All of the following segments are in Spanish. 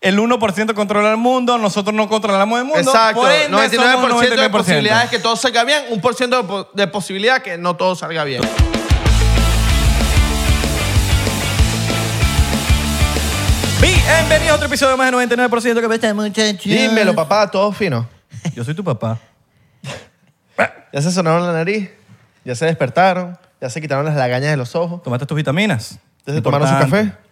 el 1% controla el mundo, nosotros no controlamos el mundo. Exacto. por ende, 99%, somos de 99%. posibilidades que todo salga bien, un por ciento de po- de posibilidad que no todo salga bien. Bienvenidos a otro episodio más de 99% que me está muchacho. Dímelo, papá, todo fino. Yo soy tu papá. Ya se sonaron la nariz, ya se despertaron, ya se quitaron las lagañas de los ojos. ¿Tomaste tus vitaminas? ¿Ya se tomaron su Importante. café?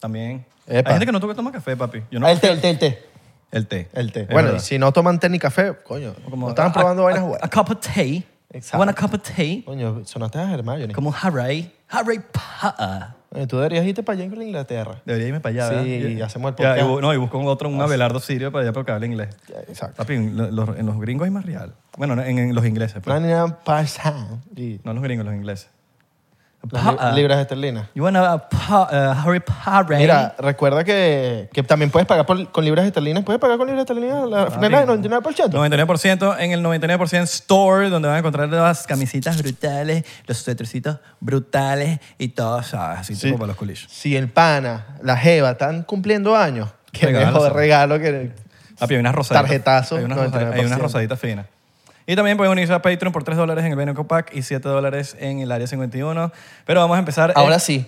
También. Epa. Hay gente que no toma toma café, papi. Yo no. té, el té, el té. El té. El té. Es bueno, y verdad. si no toman té ni café, coño, Como- no estaban a- probando a- vainas a- buenas. A cup of tea. Exacto. Want a cup of tea. Coño, sonaste a Hermione. Como un Harry. Harry Potter. Coño, tú deberías irte para allá en Inglaterra. Debería irme para allá. Sí, ¿verdad? y hacemos el Ya, y podcast. bu- no, y busco un otro, un Abelardo Sirio para allá porque habla inglés. Exacto. Papi, en lo- los, en los gringos hay más real. Bueno, en, en los ingleses. pues. No hay nada pasado. Y No los gringos, los ingleses. las Pa- li- libras esterlinas. You wanna pa- uh, Harry Potter. Mira, recuerda que, que también puedes pagar por- con libras esterlinas. Puedes pagar con libras esterlinas la franela de 99%. 99% en el 99% store donde van a encontrar las camisitas brutales, los suetercitos brutales y todo, ¿sabes? Así Sí. tipo para los culichos. Si el pana, la jeva, están cumpliendo años, que Regalo, mejor sí. regalo que... Papi, hay unas rosaditas. Tarjetazo, Hay unas, rosaditas, hay unas 99%. rosaditas finas. Y también pueden unirse a Patreon por 3 dólares en el Beneco Pack y 7 dólares en el Área 51. Pero vamos a empezar eh, Ahora sí,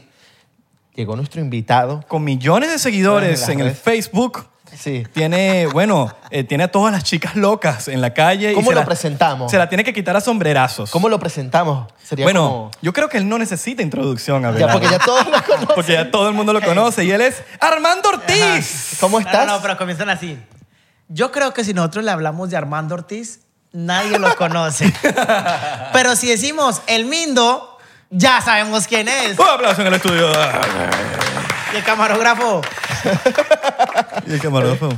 llegó nuestro invitado. con millones de seguidores Las en el redes. Facebook. Sí. Tiene, bueno, eh, tiene a todas las chicas locas en la calle. y ¿Cómo se lo la- presentamos? Se la tiene que quitar a sombrerazos. ¿Cómo lo presentamos? Sería bueno, como- yo creo que él no necesita introducción, Ya, Abelardo. porque ya todos lo conocen. Porque ya todo el mundo lo conoce y él es Armando Ortiz. ¿Cómo No, estás? No, no, pero comienzan así. Yo creo que si nosotros le hablamos de Armando Ortiz, nadie lo conoce. pero si decimos el Mindo, ya sabemos quién es. Un aplauso en el estudio. Y el camarógrafo. Y el camarógrafo.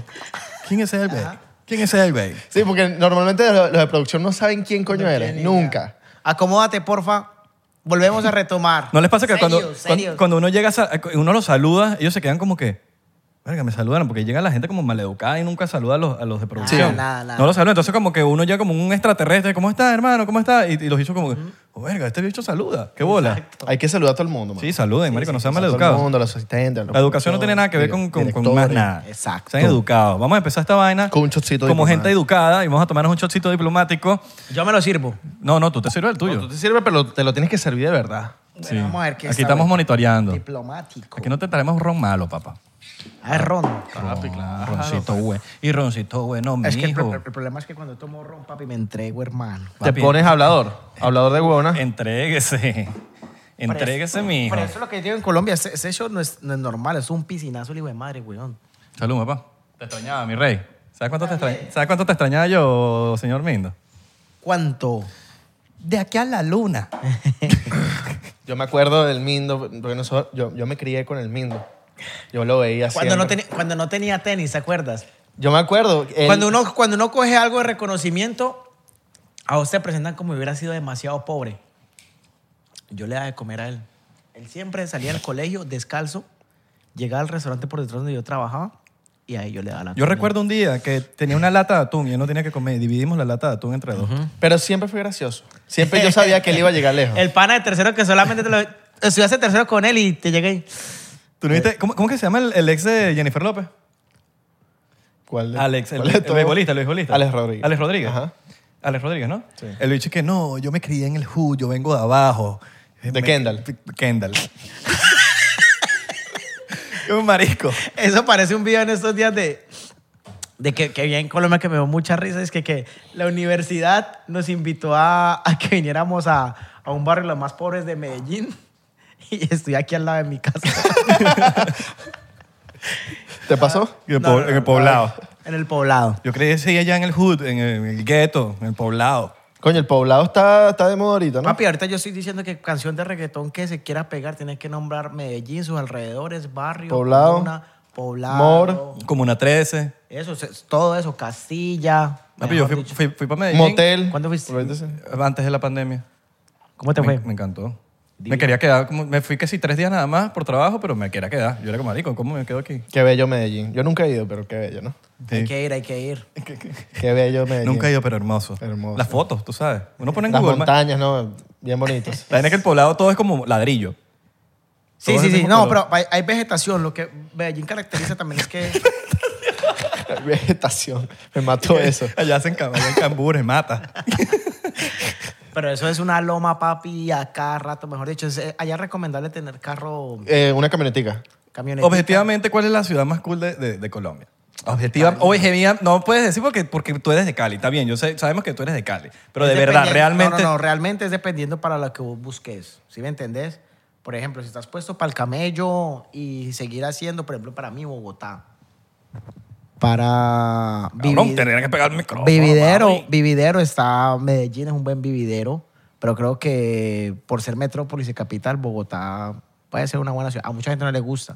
¿Quién es el güey? ¿Quién es el güey? Sí, porque normalmente los, los de producción no saben quién coño No eres. tiene Nunca. Acomódate, porfa. Volvemos a retomar. ¿No les pasa que cuando, Serios, cuan- serios. cuando uno llega, a sa- eh, uno los saluda, ellos se quedan como que, verga, me saludaron, porque llega la gente como maleducada y nunca saluda a los, a los de producción. nada, nada. No los saluda, entonces como que uno llega como un extraterrestre, ¿cómo estás, hermano? ¿Cómo estás? Y, y los bichos como que, "Oh, verga, este bicho saluda, qué bola. Hay que saludar a todo el mundo. man. Sí, saluden, marico, no sean Saludar a Todo el maleducados. mundo, los asistentes. los La educación no tiene nada que ver con, con- con más directores. nada. Exacto. Sean educados. Vamos a empezar esta vaina Con un shotcito como diplomático. gente educada y vamos a tomarnos un chocito diplomático. Yo me lo sirvo. No, no, tú te sirves el tuyo. No, tú te sirve, pero te lo tienes que servir de verdad. Bueno, Sí. vamos a ver qué Aquí sabe. estamos monitoreando. Diplomático. Aquí no te traemos ron malo, papá. A ver, Ron. Papi, Roncito bueno. Y roncito bueno, mi Es que el, hijo. pro- el problema es que cuando tomo ron, papi, me entrego, hermano. Papi, Eh. Te pones hablador. Hablador de huevona. Entréguese. Entréguese, mi hijo. Pero eso es lo que yo digo en Colombia. Ese, ese show no es, no es normal. Es un piscinazo, el hijo de madre, weón. Salud, papá. Te extrañaba, mi rey. ¿Sabes cuánto, te extrañ- ¿Sabes cuánto te extrañaba yo, señor Mindo? ¿Cuánto? De aquí a la luna. Yo me acuerdo del Mindo, porque nosotros- yo, yo me crié con el Mindo. Yo lo veía Cuando no, siempre. teni- cuando no tenía tenis, ¿te acuerdas? Yo me acuerdo. él- Cuando uno, cuando uno coge algo de reconocimiento, a vos te presentan como si hubiera sido demasiado pobre. Yo le daba de comer a él. Él siempre salía del colegio descalzo, llegaba al restaurante por detrás donde yo trabajaba y ahí yo le daba la Yo comida. recuerdo un día que tenía una lata de atún y él no tenía que comer. Dividimos la lata de atún entre dos. Pero siempre fue gracioso. Siempre yo sabía que él iba a llegar lejos. El pana de tercero que solamente te lo... Estudiaste tercero con él y te llegué ahí. ¿Tú no viste? ¿Cómo, cómo que se llama el, el ex de Jennifer López? ¿Cuál de- Alex, el, cuál de el todos? beisbolista, el beisbolista. Alex Rodríguez. Alex Rodríguez. Ajá. Alex Rodríguez, ¿no? Sí. El bicho es que no, yo me crié en el Ju, yo vengo de abajo. De Me- Kendall. Kendall. un marisco. Eso parece un video en estos días de, de que, que había en Colombia que me dio mucha risa. Es que, que la universidad nos invitó a, a que viniéramos a, a un barrio de los más pobres de Medellín. Y estoy aquí al lado de mi casa. ¿Te pasó? En el, No, po- no, en no, el no. poblado. En el poblado. Yo creí que seguía allá en el hood, en el, en el gueto, en el poblado. Coño, el poblado está, está de moda ahorita, ¿no? Papi, ahorita yo estoy diciendo que canción de reggaetón que se quiera pegar tiene que nombrar Medellín, sus alrededores, barrio, Poblado, comuna, poblado. Mor. Como una 13. Eso, se- todo eso, Castilla. Papi, yo mejor fui, dicho. fui, para Medellín. Motel. ¿Cuándo fuiste? Ahorita sí. Antes de la pandemia. ¿Cómo te me, fue? me encantó. Me quería quedar, como, me fui casi tres días nada más por trabajo, pero me quería quedar. Yo era como, marico, ¿cómo me quedo aquí? Qué bello Medellín. Yo nunca he ido, pero qué bello, ¿no? Hay que ir, hay que ir. Qué bello Medellín. Nunca he ido, pero hermoso. Hermoso. Las fotos, tú sabes. Uno pone en Las Google Maps. montañas, ¿no? Bien bonitos. La vaina es que el poblado todo es como ladrillo. Sí, Todos sí, del sí. mismo No, color. pero hay, hay vegetación. Lo que Medellín caracteriza también es que Vegetación. Me mató eso. Allá hacen cam- allá en cambures, mata. Pero eso es una loma, papi, a cada rato, mejor dicho. es, eh, allá es recomendable tener carro, Eh, una camionetica. camioneta. Objetivamente, ¿cuál es la ciudad más cool de, de- de Colombia? Objetiva, objetiva, no puedes decir porque, porque tú eres de Cali, está bien, yo sé, sabemos que tú eres de Cali, pero Es de verdad, dependiendo- realmente... No, no, no, realmente es dependiendo para lo que vos busques, ¿sí me entendés? Por ejemplo, si estás puesto para el camello y seguir haciendo, por ejemplo, para mí Bogotá, para Cabrón, vivid- tendrían que pegar el micrófono. vividero, papi. vividero está Medellín es un buen vividero, pero creo que por ser metrópolis y capital, Bogotá puede ser una buena ciudad. A mucha gente no le gusta.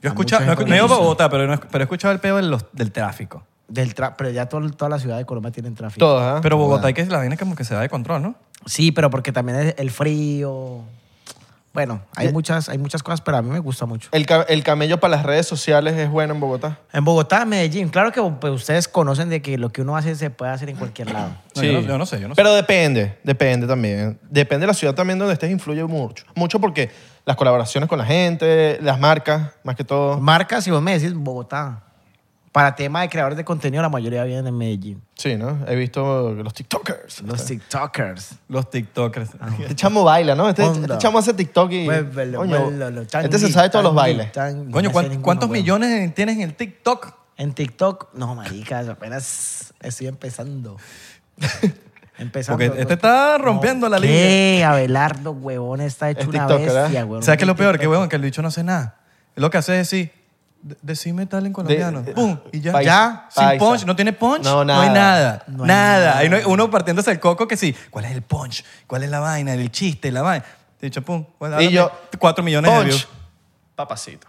Yo he A escuchado, mucha no, he gente escu- no he no le ido a gusta. Bogotá, pero, no he- pero he escuchado el pedo de los- del tráfico. Del tra- pero ya todo- toda la ciudad de Colombia tienen tráfico. Todas, ¿ah? Pero Bogotá hay que la vaina como que se da de control, ¿no? Sí, pero porque también es el frío. Bueno, hay muchas, hay muchas cosas, pero a mí me gusta mucho. El, ca- el camello para las redes sociales es bueno en Bogotá. En Bogotá, Medellín, claro que pues, ustedes conocen de que lo que uno hace se puede hacer en cualquier lado. No, yo, no yo no sé, yo no Pero depende, depende también. Depende de la ciudad también donde estés, influye mucho. Mucho porque las colaboraciones con la gente, las marcas, más que todo. Marcas, si vos me decís Bogotá, para tema de creadores de contenido, la mayoría vienen de Medellín. Sí, ¿no? He visto los TikTokers. Los TikTokers. sé. Los TikTokers. Ah, Este chamo baila, ¿no? Este, Onda. este chamo hace TikTok y. Muévelo, coño, muévelo, lo changui, este se sabe todos los changui, bailes. changui. Coño, No ¿cuán- sé ninguno, ¿cuántos weón. millones tienes en el TikTok? En TikTok, no, maricas, apenas estoy empezando. empezando. Porque este está rompiendo la liga. ¿Qué? Abelardo, huevón, está hecho Es una TikToker, ¿eh? ¿verdad? bestia, huevón. ¿Sabes qué es lo peor? Que huevón, que el bicho no hace nada. Lo que hace es decir, "De- decime tal en colombiano. de- eh, Pum, y ya. Paisa, ya, sin paisa. punch. No tiene punch. No, hay nada. nada. No nada. hay nada. Ahí no hay- uno partiéndose el coco que sí. ¿Cuál es el punch? ¿Cuál es la vaina? El chiste, la vaina. Te he dicho, pum. Bueno, Y yo, Cuatro millones de Punch. views. Papacito.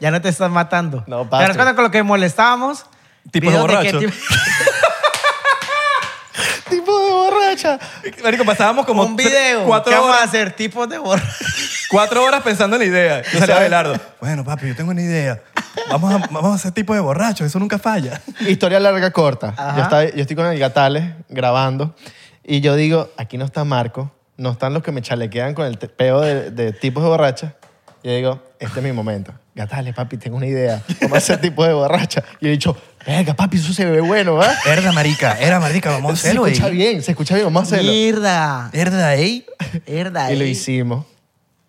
Ya no te estás matando. No, ¿Te papi. das cuenta con lo que molestábamos? Tipos Videos de que borrachos. tipo- Tipo de borracha. Marico, pasábamos como un tres- video. ¿Qué cuatro vamos a horas, hacer? Tipos de borrachos. cuatro horas pensando en la idea. Y sale sabes? Abelardo. Bueno, papi, yo tengo una idea. Vamos a, vamos a hacer tipo de borracho. Eso nunca falla. Historia larga, corta. Ajá. Yo, estaba- yo estoy con el Gatales grabando y yo digo, aquí no está Marco, no están los que me chalequean con el te- peo de, de tipos de borracha. Y yo digo, este es mi momento. Gatales, papi, tengo una idea. ¿Cómo hacer tipos de borracha? Y he dicho, venga, papi, eso se ve bueno, ¿va? Era marica, era marica, vamos a Se hacerlo, ¿eh? escucha ey. bien, se escucha bien, vamos a hacerlo. Mierda. Herda, ey. Mierda. Y lo eh. hicimos.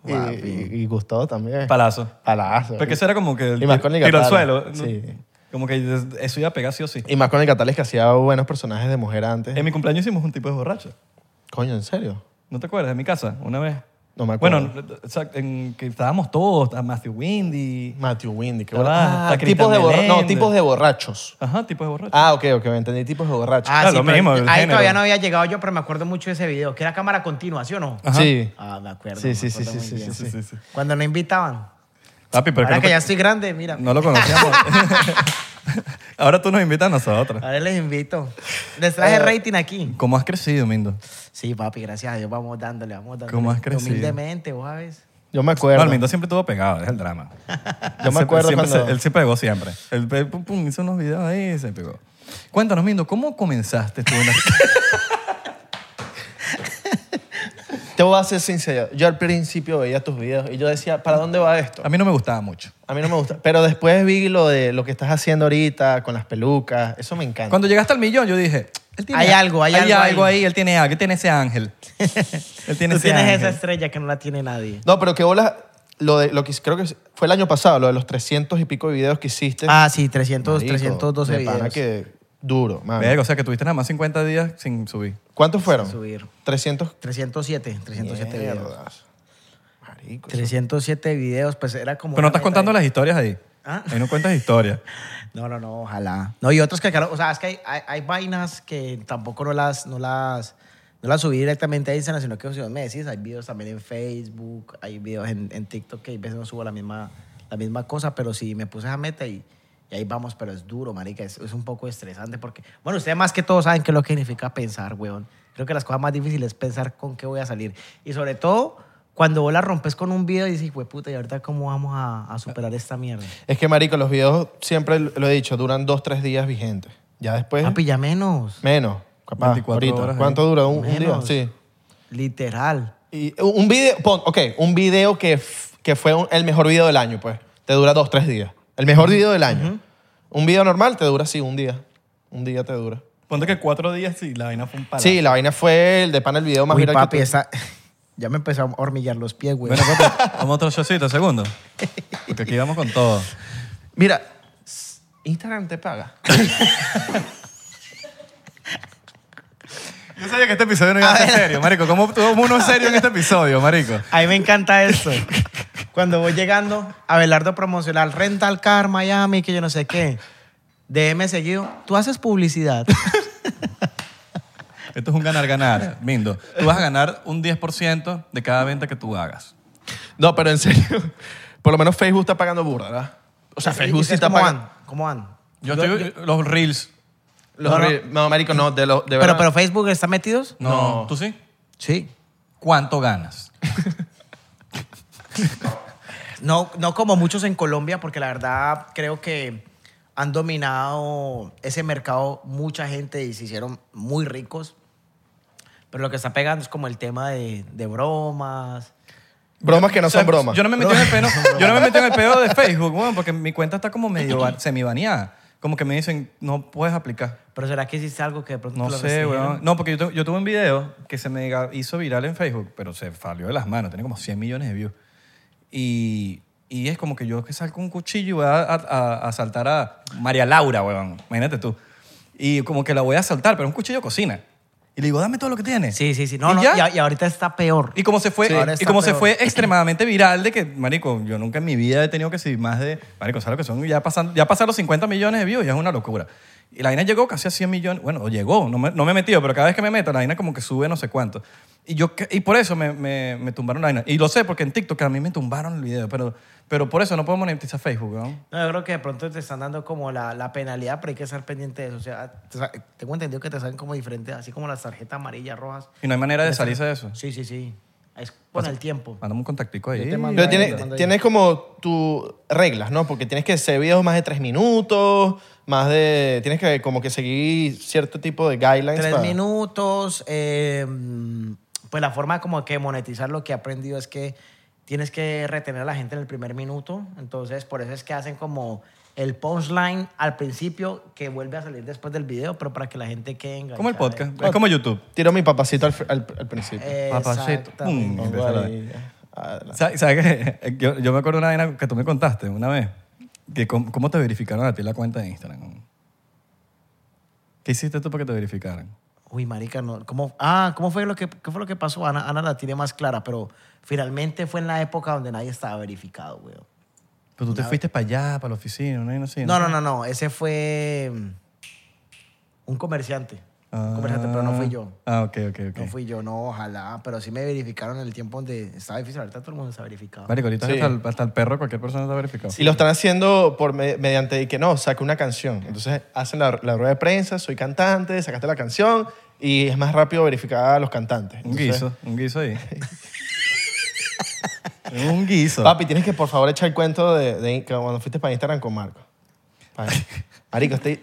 Y, Papi. y- y Gustavo también. Palazo. Palazo. Porque eso era como que el Y más con el tiro al Gatales. suelo. Sí. Como que eso iba a pegar sí o sí. Y más con el Gatales que hacía buenos personajes de mujer antes. En mi cumpleaños hicimos un tipo de borracho. Coño, ¿en serio? ¿No te acuerdas? En mi casa, una vez. No me acuerdo. Bueno, o sea, en que estábamos todos, a Matthew Windy. Matthew Windy, qué Ah, bola- está tipos de Cristian borra- No, Meléndez. tipos de borrachos. Ajá, tipo de borracho. Ah, ok, ok, me entendí, tipos de borrachos. Ah, Ah, sí, lo pero mismo, el Ahí género. todavía no había llegado yo, pero me acuerdo mucho de ese video. Que era cámara continua, ¿sí o no? Ajá. Sí. Ah, me acuerdo. Sí, me sí, sí, acuerdo sí, muy sí, bien. sí, sí. Cuando no invitaban. Ah, Papi, pero Ahora no que te- ya estoy grande, mira. no lo conocíamos. Ahora tú nos invitas a nosotros. Ahora les invito. Les traje Ah. rating aquí. ¿Cómo has crecido, Mindo? Sí, papi, gracias a Dios. Vamos dándole, vamos dándole. ¿Cómo has crecido? Humildemente, vos sabes. Yo me No, acuerdo. el Mindo siempre estuvo pegado, es el drama. Yo me Él acuerdo siempre cuando- se- él se pegó siempre. Él pe- pum, pum, hizo unos videos ahí y se pegó. Cuéntanos, Mindo, ¿cómo comenzaste tú en la... Te voy a ser sincero. Yo al principio veía tus videos y yo decía, ¿para dónde va esto? A mí no me gustaba mucho. A mí no me gusta. Pero después vi lo de lo que estás haciendo ahorita con las pelucas. Eso me encanta. Cuando llegaste al millón, yo dije, él tiene Hay algo, hay algo ahí. ahí, él tiene algo, él tiene ese ángel. él tiene ¿eh? Tú ese tienes ángel. esa estrella que no la tiene nadie. No, pero qué bolas. Lo, de, lo que creo que fue el año pasado, lo de los 300 y pico de videos que hiciste. Ah, sí, 300, Marico, 312 de pana videos. que duro, mano. Verga, o sea que tuviste nada más 50 días sin subir. ¿Cuántos fueron? subir. 300. 307, 307 videos. Mierdas. Marico. 307 videos, pues era como... Pero no una estás contando meta las historias ahí. Ah. Ahí no cuentas historias. de- No, no, no, ojalá. No, y otros que, claro, o sea, es que hay, hay- hay vainas que tampoco no las, no las, no las subí directamente a Instagram, sino que si vos me decís, hay videos también en Facebook, hay videos en, en TikTok que a veces no subo la misma, la misma cosa, pero sí me puse esa meta y, y ahí vamos, pero es duro, marica, es, es un poco estresante porque, bueno, ustedes más que todos saben qué es lo que significa pensar, weón. Creo que las cosas más difíciles es pensar con qué voy a salir. Y sobre todo, cuando vos la rompes con un video y dices, güey, puta, ¿y ahorita cómo vamos a- a superar esta mierda? Es que, marico, los videos, siempre lo he dicho, duran dos, tres días vigentes. Ya después, Papi, ya menos. menos, capaz, 24 ahorita. horas ahí. ¿Cuánto dura? ¿Un, un día? Menos. Sí. Literal. Y un un video, pon, ok, un video que, f- que fue un- el mejor video del año, pues. Te dura dos, tres días. El mejor video del año. Un video normal te dura así un día. Un día te dura. Ponte que cuatro días y la vaina fue un palo. Sí, la vaina fue el de pan el video más Uy, viral que papi, tú- esa- ya me empezó a hormiguear los pies, güey. Bueno, papi, vamos a otro shotcito, segundo. Porque aquí vamos con todo. Mira, s- Instagram te paga. Yo sabía que este episodio no iba a ser serio, marico. ¿Cómo tuvo uno serio en este episodio, marico? A mí me encanta esto. Cuando voy llegando, Abelardo promocional, Rental Car Miami, que yo no sé qué. DM seguido, tú haces publicidad. Esto es un ganar-ganar, Mindo. Tú vas a ganar un 10% de cada venta que tú hagas. No, pero en serio, por lo menos Facebook está pagando burda, ¿verdad? O sea, Facebook sí ¿Ustedes está ¿Cómo pagando. van? ¿Cómo van? Yo, estoy... Los reels. Los No, no. re- no, marico, no, de, los de Pero, verdad. pero Facebook está metidos? No. No. ¿Tú sí? Sí. ¿Cuánto ganas? No, no como muchos en Colombia, porque la verdad creo que han dominado ese mercado mucha gente y se hicieron muy ricos. Pero lo que está pegando es como el tema de, de bromas. bromas que no O sea, son bromas. Yo no me metí en el pedo, yo no me metí en el pedo de Facebook, weón, porque mi cuenta está como medio ba- semi-baneada. Como que me dicen, no puedes aplicar. Pero ¿será que hiciste algo que de pronto No te lo sé, restringieron? weón. No, porque yo, tu- yo tuve un video que se me ga- hizo viral en Facebook, pero se falió de las manos. Tiene como 100 millones de views. Y, y es como que yo que saco un cuchillo y voy a, a- a asaltar a María Laura, weón. Imagínate tú. Y como que la voy a asaltar, pero es un cuchillo de cocina. Y le digo, dame todo lo que tienes. Sí, sí, sí. No, no, ya? y, a- y ahorita está peor. Y como se fue, Sí. Ahora y está como se peor. fue extremadamente viral de que, marico, yo nunca en mi vida he tenido que si más de, marico, ¿sabes lo que son? Ya pasan, ya pasaron los 50 millones de views, ya es una locura. Y la vaina llegó casi a 100 millones, bueno, o llegó, no me, no me he metido, pero cada vez que me meto, la vaina como que sube no sé cuánto. Y yo, que- y por eso me, me- me tumbaron la vaina. Y lo sé, porque en TikTok a mí me tumbaron el video, pero, pero por eso no puedo monetizar Facebook, ¿no? No, yo creo que de pronto te están dando como la, la penalidad, pero hay que estar pendiente de eso. O sea, te sa- tengo entendido que te salen como diferentes, así como las tarjetas amarillas, rojas. Y no hay manera de salirse de eso. Sí, sí, sí. Es con el tiempo. Mándame un contactico ahí. Yo te mando Pero Ahí, tiene- ahí. tienes como tus reglas, ¿no? Porque tienes que hacer videos más de tres minutos, más de... Tienes que como que seguir cierto tipo de guidelines. Tres para- minutos. eh, pues la forma como que monetizar lo que he aprendido es que tienes que retener a la gente en el primer minuto. Entonces, por eso es que hacen como el punchline al principio que vuelve a salir después del video, pero para que la gente quede enganchada. Como el podcast, es como YouTube. Tiro mi papacito al, fr- al- al principio. Eh, Papacito. Exactamente. Mm. Pongo ahí. Ah, ¿Sabes qué? Yo, yo me acuerdo una vaina que tú me contaste una vez. Que cómo, cómo te verificaron a ti la cuenta de Instagram? ¿Qué hiciste tú para que te verificaran? Uy, marica, no. ¿Cómo, ah, ¿cómo fue lo que, qué fue lo que pasó? Ana, Ana la tiene más clara, pero finalmente fue en la época donde nadie estaba verificado, güey. Pero Pues tú te fuiste para allá, para la oficina, una vaina así. No, no, no, no. Ese fue mm, un comerciante. Ah. un comerciante, pero no fui yo. Ah, ok, ok, ok. No fui yo, no, ojalá. Pero sí me verificaron en el tiempo donde estaba difícil. Ahorita todo el mundo está verificado. Marico, ahorita Sí. hasta, el, hasta el perro, cualquier persona está verificado. Y lo están haciendo por me- mediante que no, saca una canción. Entonces hacen la, la rueda de prensa, soy cantante, sacaste la canción y es más rápido verificar a los cantantes. Un Entonces, guiso, un guiso ahí. un guiso. Papi, tienes que por favor echar el cuento de, de que cuando fuiste para Instagram con Marco. Pa- Marico, este,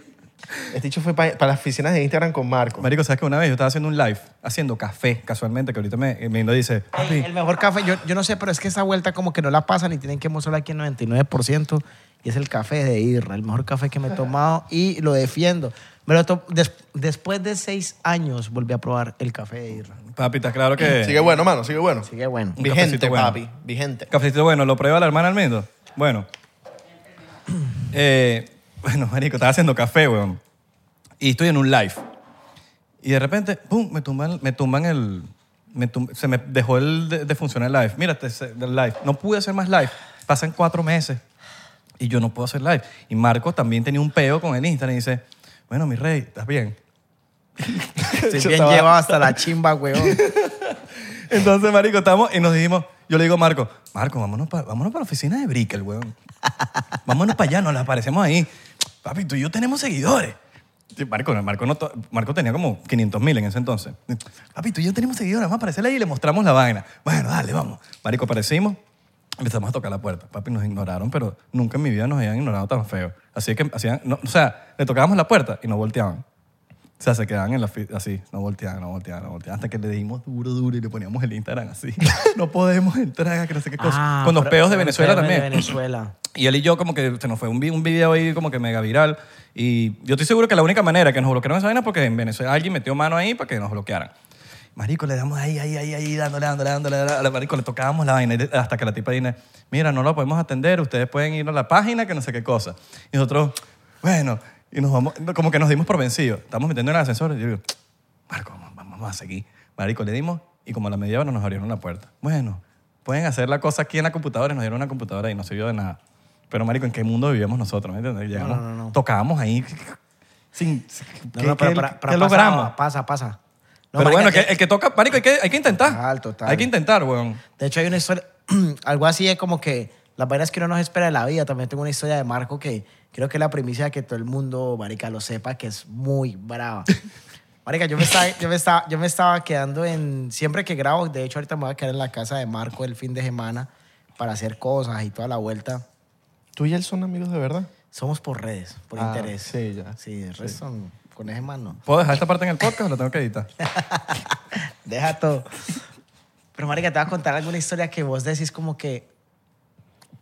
este dicho fue para, para las oficinas de Instagram con Marco. Marico, ¿sabes que una vez yo estaba haciendo un live, haciendo café, casualmente, que ahorita me, me dice, Ey, "Papi, el mejor café, yo, yo no sé, pero es que esa vuelta como que no la pasan y tienen que mostrarla aquí en 99%. Y es el café de Irra, el mejor café que me he tomado y lo defiendo. Me lo to- des- después de seis años volví a probar el café de Irra. papi, está claro que... Sigue bueno, mano, sigue bueno. Así que bueno. Un Vigente, cafecito bueno. papi, vigente. Cafecito bueno, ¿lo prueba la hermana Almendro? Bueno. Eh, bueno, marico, estaba haciendo café, weón. Y estoy en un live. Y de repente, pum, me tumban, me tumban el... me tum- se me dejó el de, de funcionar el live. Mira, te- se- el live. No pude hacer más live. Pasan cuatro meses y yo no puedo hacer live. Y Marcos también tenía un peo con el Instagram y dice, bueno, mi rey, ¿estás bien? Estoy Yo bien estaba- llevado hasta la chimba, weón. Entonces, marico, estamos y nos dijimos, yo le digo a Marco, Marco, vámonos para vámonos pa la oficina de Brick, el weón. Vámonos para allá, nos la aparecemos ahí. Papi, tú y yo tenemos seguidores. Sí, Marco, Marco, no to- Marco tenía como 500 mil en ese entonces. Papi, tú y yo tenemos seguidores, vamos a aparecer ahí y le mostramos la vaina. Bueno, dale, vamos. Marico, aparecimos, empezamos a tocar la puerta. Papi, nos ignoraron, pero nunca en mi vida nos habían ignorado tan feo. Así que, hacían, no, o sea, le tocábamos la puerta y nos volteaban. O sea, se quedaban en la fi- así, no volteaban, no volteaban, no volteaban, hasta que le dijimos duro, duro y le poníamos el Instagram así. no podemos entrar, que no sé qué cosa. Ah, Con los pero- peos de pero Venezuela peos de también. Venezuela. Y él y yo como que se nos fue un, vi- un video ahí como que mega viral. Y yo estoy seguro que la única manera que nos bloquearon esa vaina es porque en Venezuela alguien metió mano ahí para que nos bloquearan. Marico, le damos ahí, ahí, ahí, ahí, dándole, dándole, dándole. dándole. A la marico le tocábamos la vaina y de- hasta que la tipa dice, mira, no lo podemos atender, ustedes pueden ir a la página que no sé qué cosa. Y nosotros, bueno, y nos vamos, como que nos dimos por vencidos. Estamos metiendo en el ascensor y yo digo, Marco, vamos, vamos a seguir. Marico, le dimos y como a la media hora nos abrieron la puerta. Bueno, pueden hacer la cosa aquí en la computadora y nos dieron una computadora y no sirvió de nada. Pero, marico, ¿en qué mundo vivíamos nosotros? ¿Me entiendes? Llegamos, tocábamos ahí sin... No, ¿qué- no, pero qué- para- para qué pasa, logramos? Pasa, pasa. No, pero marica, eh, bueno, que, de- el que toca, marico, hay que, hay que intentar. Total, total. Hay que intentar, weón. De hecho, hay una historia, algo así es como que las vainas que uno nos espera de la vida. También tengo una historia de Marco que creo que es la primicia de que todo el mundo, marica, lo sepa, que es muy brava. Marica, yo me, estaba, yo, me estaba, yo me estaba quedando en... Siempre que grabo, de hecho, ahorita me voy a quedar en la casa de Marco el fin de semana para hacer cosas y toda la vuelta. ¿Tú y él son amigos de verdad? Somos por redes, por Ah, interés. sí, ya. Sí, el resto con ese mano. ¿Puedo dejar esta parte en el podcast o la tengo que editar? Deja todo. Pero, marica, te voy a contar alguna historia que vos decís como que,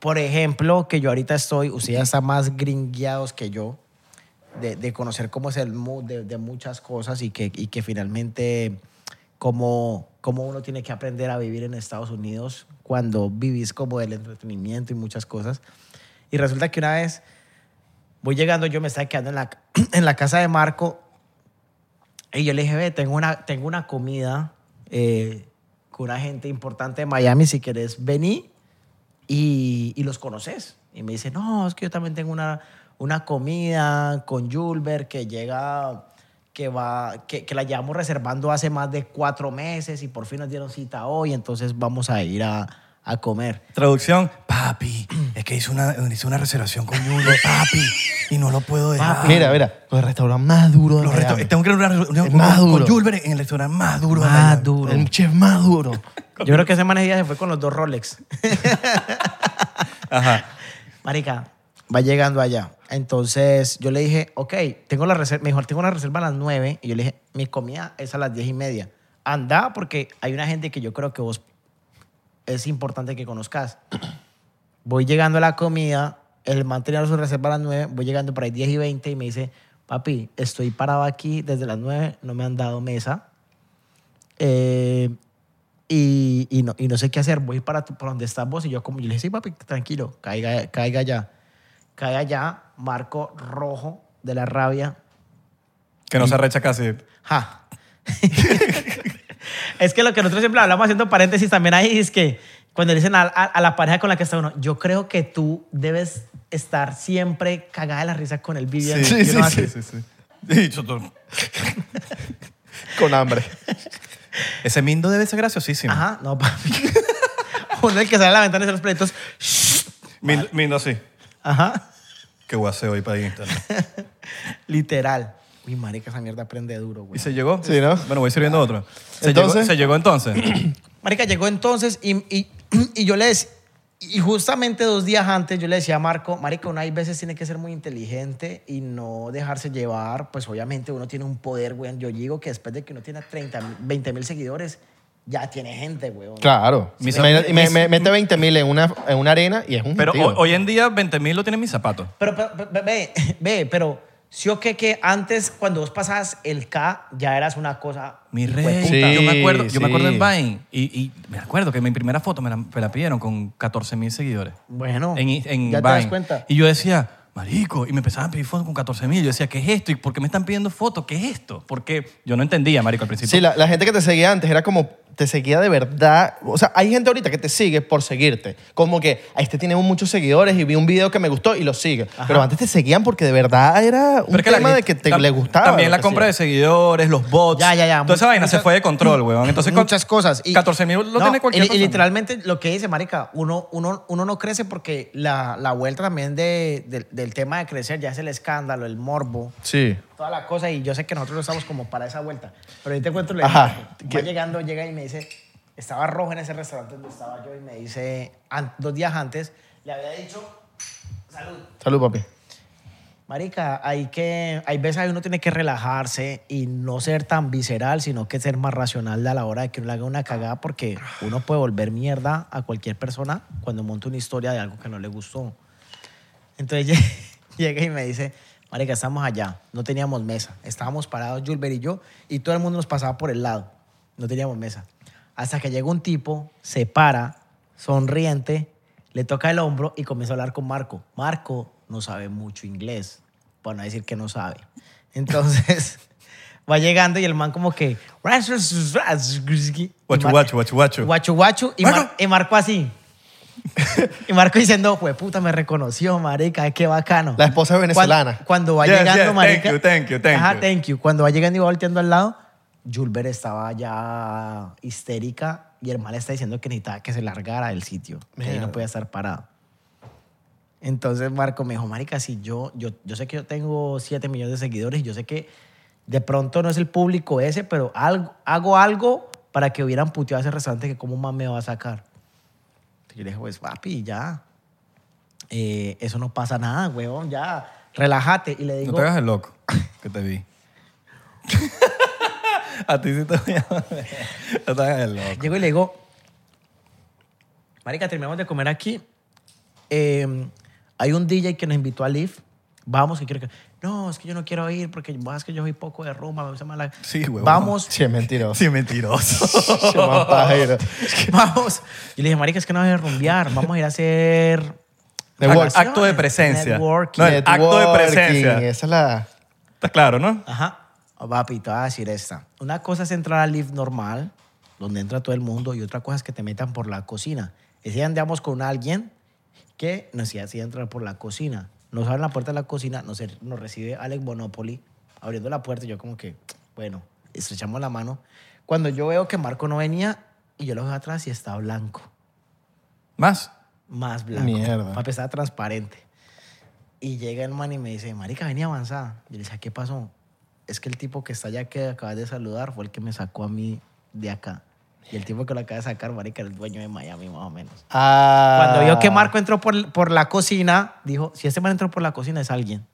por ejemplo, que yo ahorita estoy, ustedes ya están más gringueados que yo, de, de conocer cómo es el mood de, de muchas cosas y que, y que finalmente cómo, cómo uno tiene que aprender a vivir en Estados Unidos cuando vivís como del entretenimiento y muchas cosas. Y resulta que una vez voy llegando, yo me estaba quedando en la, en la casa de Marco y yo le dije, ve, tengo una, tengo una comida eh, con una gente importante de Miami, si querés, vení y, y los conoces. Y me dice, no, es que yo también tengo una, una comida con Julber que llega, que va, que, que la llevamos reservando hace más de cuatro meses y por fin nos dieron cita hoy, entonces vamos a ir a, a comer. Traducción. Papi, es que hice una, hice una reservación con Julio, papi, y no lo puedo dejar. Mira, mira, pues el restaurante más duro de Los Miami. restaurantes- tengo que ir a una reunión El con, más con duro. Julber en el restaurante más duro. de Más Miami. duro. El chef más duro. Yo creo que ese man ese día se fue con los dos Rolex. Ajá. Marica, va llegando allá. Entonces yo le dije, ok, tengo la reserva, mejor tengo una reserva a las 9 y yo le dije, mi comida es a las 10 y media. Anda porque hay una gente que yo creo que vos es importante que conozcas. Voy llegando a la comida, el man tenía su reserva a las 9, voy llegando por ahí 10 y 20 y me dice, papi, estoy parado aquí desde las 9, no me han dado mesa. Eh, y, y no, y no sé qué hacer, voy para tu- por donde estás vos. Y yo como, yo le dije, sí, papi, tranquilo, caiga, caiga ya. Caiga ya, marco rojo de la rabia. Que no se arrecha casi. Ja. es que lo que nosotros siempre hablamos haciendo paréntesis también ahí es que cuando le dicen a, a- a la pareja con la que está uno, yo creo que tú debes estar siempre cagada de la risa con el viviendo. Sí, Y uno así, sí, sí, sí. Y yo todo- Con hambre. Ese mindo debe ser graciosísimo. Ajá, no, papi. uno el que sale a la ventana de los proyectos. Mindo, mindo así. Ajá. Qué guaseo hoy para Instagram. Literal. Uy, marica, esa mierda prende duro, güey. ¿Y se llegó? Sí, ¿no? Bueno, voy sirviendo otro. ¿Se, Entonces- llegó, se llegó entonces? Marica, llegó entonces y, y, y yo les... Y justamente dos días antes yo le decía a Marco, Marica, uno hay veces tiene que ser muy inteligente y no dejarse llevar. Pues obviamente uno tiene un poder, güey. Yo digo que después de que uno tiene 30, mil, 20 mil seguidores, ya tiene gente, güey. Claro. Mis- Imagina- mis- me- me- mete 20 mil en una, en una arena y es un Pero gentío. ho- hoy en día 20 mil lo tienen mis zapatos. Pero, pero, pero, ve, ve, pero sí o que, que antes cuando vos pasabas el K ya eras una cosa... Mi rey. hijueputa. Sí, yo me acuerdo, yo me acuerdo en sí. Vine y, y me acuerdo que mi primera foto me la, me la pidieron con 14 mil seguidores. Bueno, en, en ya te Vine. das cuenta. Y yo decía, marico, y me empezaban a pedir fotos con 14 mil. Yo decía, ¿qué es esto? ¿Y por qué me están pidiendo fotos? ¿Qué es esto? Porque yo no entendía, marico, al principio. Sí, la, la gente que te seguía antes era como te seguía de verdad. O sea, hay gente ahorita que te sigue por seguirte. Como que "Ah, este tiene muchos seguidores y vi un video que me gustó y lo sigue. Pero antes te seguían porque de verdad era un Pero es que la tema de gente- que te, tam- le gustaba. pues, También la lo que compra de hacía. seguidores, los bots. Ya, ya, ya. Toda esa Muchas- vaina se muchas- fue de control, weón. Entonces, con- muchas cosas. y- 14 mil lo No, tiene cualquier y- y, persona. literalmente lo que dice, marica, uno, uno, uno no crece porque la, la vuelta también de, del- del tema de crecer ya es el escándalo, el morbo, Sí. toda la cosa. Y yo sé que nosotros no estamos como para esa vuelta. Pero yo te cuento lo Ajá. que ¿Qué? va llegando, llega y me dice, estaba rojo en ese restaurante donde estaba yo y me dice, an- dos días antes, le había dicho, salud. Salud, papi. Marica, hay que, hay veces que uno tiene que relajarse y no ser tan visceral, sino que ser más racional a la hora de que uno le haga una cagada, porque uno puede volver mierda a cualquier persona cuando monta una historia de algo que no le gustó. Entonces lle- llega y me dice, Marica, estamos allá, no teníamos mesa, estábamos parados, Julber y yo, y todo el mundo nos pasaba por el lado, no teníamos mesa. Hasta que llega un tipo, se para, sonriente, le toca el hombro y comienza a hablar con Marco. Marco no sabe mucho inglés, para no decir que no sabe. Entonces va llegando y el man como que... Guachu, guachu, guachu, guachu. Guachu, guachu. Y, Mar- Marco. y Marco así. y Marco diciendo, pues puta, me reconoció, marica, qué bacano. La esposa es venezolana. Cuan- Cuando, va Yes, llegando, yes, thank marica. you, thank you, thank ajá, you. thank you. Cuando va llegando y va volteando al lado, Julber estaba ya histérica y el mal está diciendo que necesitaba que se largara del sitio, que ahí no Mierda. podía estar parado. Entonces Marco me dijo, marica, si yo, yo, yo sé que yo tengo 7 millones de seguidores, yo sé que de pronto no es el público ese, pero algo, hago algo para que hubieran puteado a ese restaurante que como más me va a sacar. Entonces yo le dije, pues papi, ya. Eh, eso no pasa nada, huevón, ya. Relájate. Y le digo, No te hagas el loco que te vi. a ti sí te voy a joder. No te hagas el loco. llego y le digo, marica, terminamos de comer aquí. Eh, hay un DJ que nos invitó a Live. Vamos, que quiero que... No, es que yo no quiero ir porque ah, es que yo soy poco de rumba, me gusta más la... Sí, huevón. Vamos, Sí, es mentiroso. Sí, mentiroso. Che, más pajero. vamos. Y le dije, marica, es que no vas a rumbear, vamos a ir a hacer... Network. relaciones, Acto de presencia. networking". No, el acto de Networking, presencia. Esa es la... Está claro, ¿no? Ajá. Oh, papi, te voy a decir esta. Una cosa es entrar al live normal, donde entra todo el mundo, y otra cosa es que te metan por la cocina. Y si andamos con alguien que nos hacía entrar por la cocina. Nos abren la puerta de la cocina, nos, nos recibe Alex Bonopoli abriendo la puerta. y Yo como que, bueno, estrechamos la mano. Cuando yo veo que Marco no venía, y yo lo veo atrás y está blanco Más. más blanco. Mierda. Papi, estaba transparente. Y llega el man y me dice, marica, vení avanzada. Yo le decía, ¿qué pasó? Es que el tipo que está allá que acabas de saludar fue el que me sacó a mí de acá. Y el tipo que lo acaba de sacar, marica, era el dueño de Miami, más o menos. Ah. Cuando vio que Marco entró por, por la cocina, dijo, si este man entró por la cocina es alguien.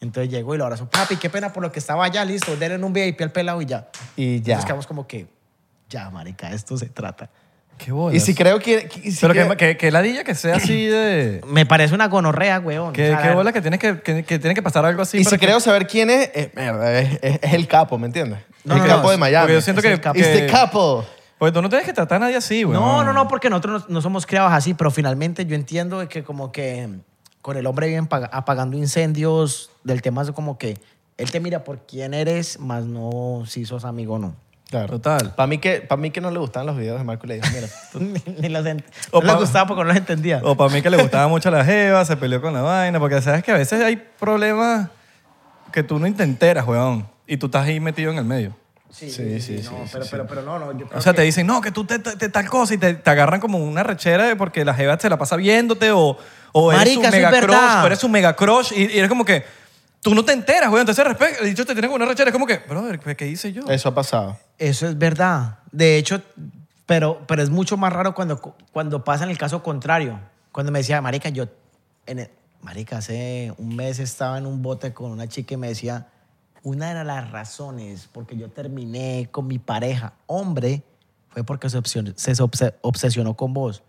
Entonces llegó y lo abrazó. Papi, qué pena por lo que estaba allá, listo. Denle un VIP al pelado y ya. Y ya. Entonces quedamos como que, ya, marica, de esto se trata. Qué bolas. Y si creo que... que- y si Pero creo- que, que, que ladilla que sea así de... Me parece una gonorrea, weón. Que, O sea, que la- bola que tiene que, que, que tiene que pasar algo así. Y para si que- creo saber quién es, es, mierda, es, es- es el capo, ¿me entiendes? No, el no, no, capo de es- Miami. Porque yo siento Es el que... capo. que- It's the capo. Porque tú no tienes que tratar a nadie así, güey. No, no, no, porque nosotros no, no somos criados así, pero finalmente yo entiendo de que como que con el hombre viven pag- apagando incendios del tema es como que él te mira por quién eres, más no si sos amigo o no. Claro. Total. Para mí, que, pa' mí que no le gustaban los videos de Marco le dije, mira, ni, ni los ent- O no les pa- gustaba porque no los entendía. O para mí que le gustaba mucho la jeva, se peleó con la vaina, porque sabes que a veces hay problemas que tú no intenteras, weón, y tú estás ahí metido en el medio. Sí, sí, sí, no, pero, pero, pero no, no. yo creo O sea, que- te dicen, no, que tú te, te- te tal cosa y te, te agarran como una rechera de porque la jeva se la pasa viéndote o, o eres Marica, un eso es mega verdad. crush, o eres un mega crush y, y eres como que tú no te enteras, weón. Entonces, respecto, el dicho te tiene como una rechera, es como que, brother, ¿qué- ¿qué hice yo? eso ha pasado. Eso es verdad. De hecho, pero, pero es mucho más raro cuando, cuando pasa en el caso contrario. Cuando me decía, Marica, yo. en el- marica, hace un mes estaba en un bote con una chica y me decía, una de las razones porque yo terminé con mi pareja, hombre, fue porque se, obsio- se obse- obsesionó con vos.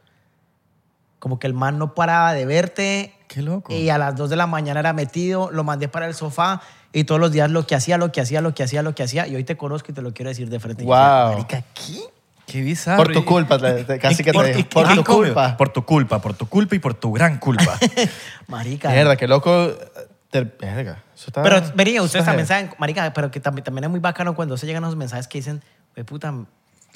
Como que el man no paraba de verte. Qué loco. Y a las 2 de la mañana era metido, lo mandé para el sofá y todos los días lo que hacía, lo que hacía, lo que hacía, lo que hacía. Y hoy te conozco y te lo quiero decir de frente. Y yo, Wow. Marica, ¿qué? Qué bizarro. Por tu Y- culpa, te- te- casi y- que te por- dije. y- Por ah, tu coño, culpa. Por tu culpa, por tu culpa y por tu gran culpa. Marica. Mierda, qué loco. eh, Te- verga, eso está- Pero eso venía, ustedes está también heavy. saben, Marica, pero que también, también es muy bacano cuando se llegan los mensajes que dicen, "Güey, puta,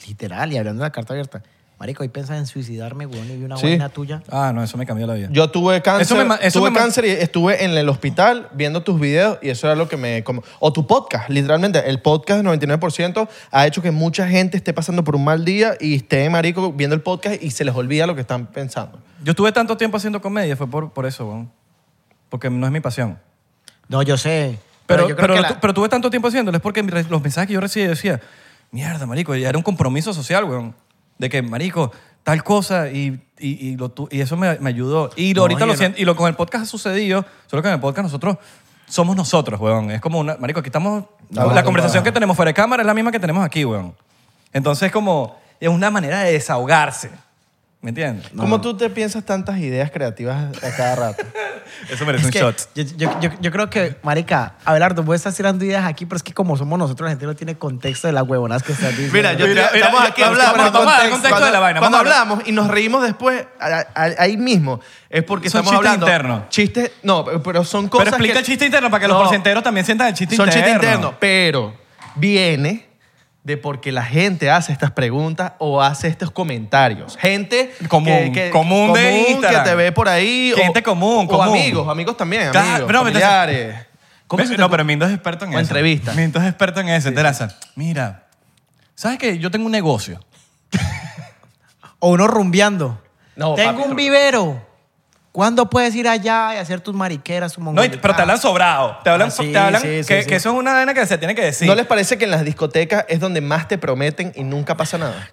literal, y hablando de la carta abierta. Marica, hoy pensaba en suicidarme, weón, y vi una Sí. vaina tuya. ah, no, eso me cambió la vida. Yo tuve cáncer, Eso me ma- eso tuve me ma- cáncer y estuve en el hospital viendo tus videos y eso era lo que me... como- o tu podcast, literalmente. El podcast del 99% ha hecho que mucha gente esté pasando por un mal día y esté, marico, viendo el podcast y se les olvida lo que están pensando. Yo estuve tanto tiempo haciendo comedia, fue por, por eso, weón. Porque no es mi pasión. No, yo sé. Pero, yo pero, creo que la- tu- pero tuve tanto tiempo haciéndolo, es porque mi- los mensajes que yo recibía yo decía, mierda, marico, ya era un compromiso social, weón. De que, marico, tal cosa y, y, y lo tu- y eso me, me ayudó. Y lo- No, ahorita y lo el- siento, y lo con el podcast ha sucedido, solo que en el podcast nosotros somos nosotros, weón. Es como una... Marico, aquí estamos... Estamos la conversación acostumbrados. que tenemos fuera de cámara es la misma que tenemos aquí, weón. Entonces, como... Es una manera de desahogarse. ¿Me entiendes? ¿Cómo tú te piensas tantas ideas creativas a cada rato? Eso merece Es un que shot. Yo, yo- yo- yo creo que, marica, Abelardo, vos estás tirando ideas aquí, pero es que como somos nosotros, la gente no tiene contexto de las huevonas que estás diciendo. Mira, yo Mira, te- mira, estamos yo- aquí vamos a hablando. poner- vamos a dar contexto cuando, de la vaina, cuando vamos a hablamos y nos reímos después, a- a- ahí mismo, es porque Son estamos chistes hablando. internos. Chistes, no, pero- pero son Pero cosas explica que- el chiste interno para que No, los porcenteros también sientan el chiste Son interno. chistes internos, pero viene de porque la gente hace estas preguntas o hace estos comentarios. Gente Común, que, que- común de que Instagram. te ve por ahí. o- Gente común, o común. amigos, amigos también, Claro, amigos, pero entonces- familiares. ¿Cómo Ve- se te no, pero Minto es experto en O eso. entrevista. Minto es experto en eso. Enteraza. Mira, ¿sabes qué? Yo tengo un negocio. O uno rumbeando. No, Tengo papi, un tú- vivero. ¿Cuándo puedes ir allá y hacer tus mariqueras, tu No, y- pero te hablan sobrado. Te hablan, Ah, sí, te hablan sí, sí, que, sí. que eso es una vaina que se tiene que decir. ¿No les parece que en las discotecas es donde más te prometen y nunca pasa nada?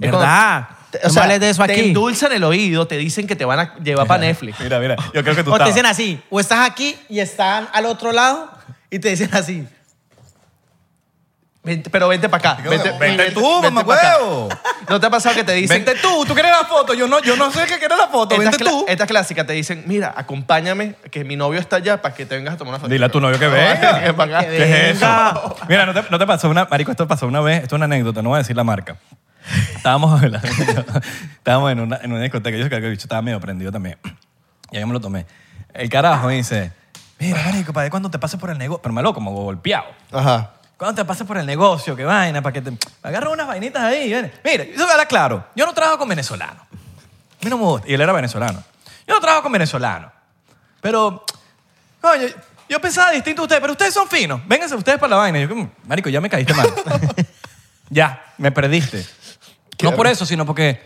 Es cuando- ¿Verdad? te- No me hables de eso Te aquí. endulzan el oído, te dicen que te van a llevar para Netflix. Mira, mira. Yo creo que tú O te estabas. dicen "Ah, así, o estás aquí y están al otro lado y te dicen así. Vente- pero vente para acá. Vente, Vente tú, mamá pa' acá. huevo. ¿No te ha pasado que te dicen... Vente tú, tú quieres la foto. Yo no, yo no sé qué quieres la foto. Estas Vente cla- tú. estas clásicas te dicen, mira, acompáñame, que mi novio está allá para que te vengas a tomar una foto. Dile a tu novio que No, venga. que venga. ¿Qué es venga. eso? Mira, no te, no te pasó una. Marico, esto pasó una vez. Esto es una anécdota, no voy a decir la marca. Estábamos, en la- estábamos en, una, en una discoteca. Yo creo que el bicho estaba medio prendido también. Y ahí me lo tomé. El carajo me dice: Mira, Marico, ¿para cuándo te pases por el negocio? Pero malo, como golpeado. Ajá. ¿Cuándo te pasas por el negocio? ¿Qué vaina? Para que te agarras unas vainitas ahí. ven. Mira, eso era claro. Yo no trabajo con venezolanos. A mí no me gusta. Y él era venezolano. Yo no trabajo con venezolanos. Pero, coño, yo pensaba distinto a ustedes, pero ustedes son finos. Vénganse ustedes para la vaina. Y yo, como, marico, ya me caíste mal. ya, me perdiste. No por eso, sino porque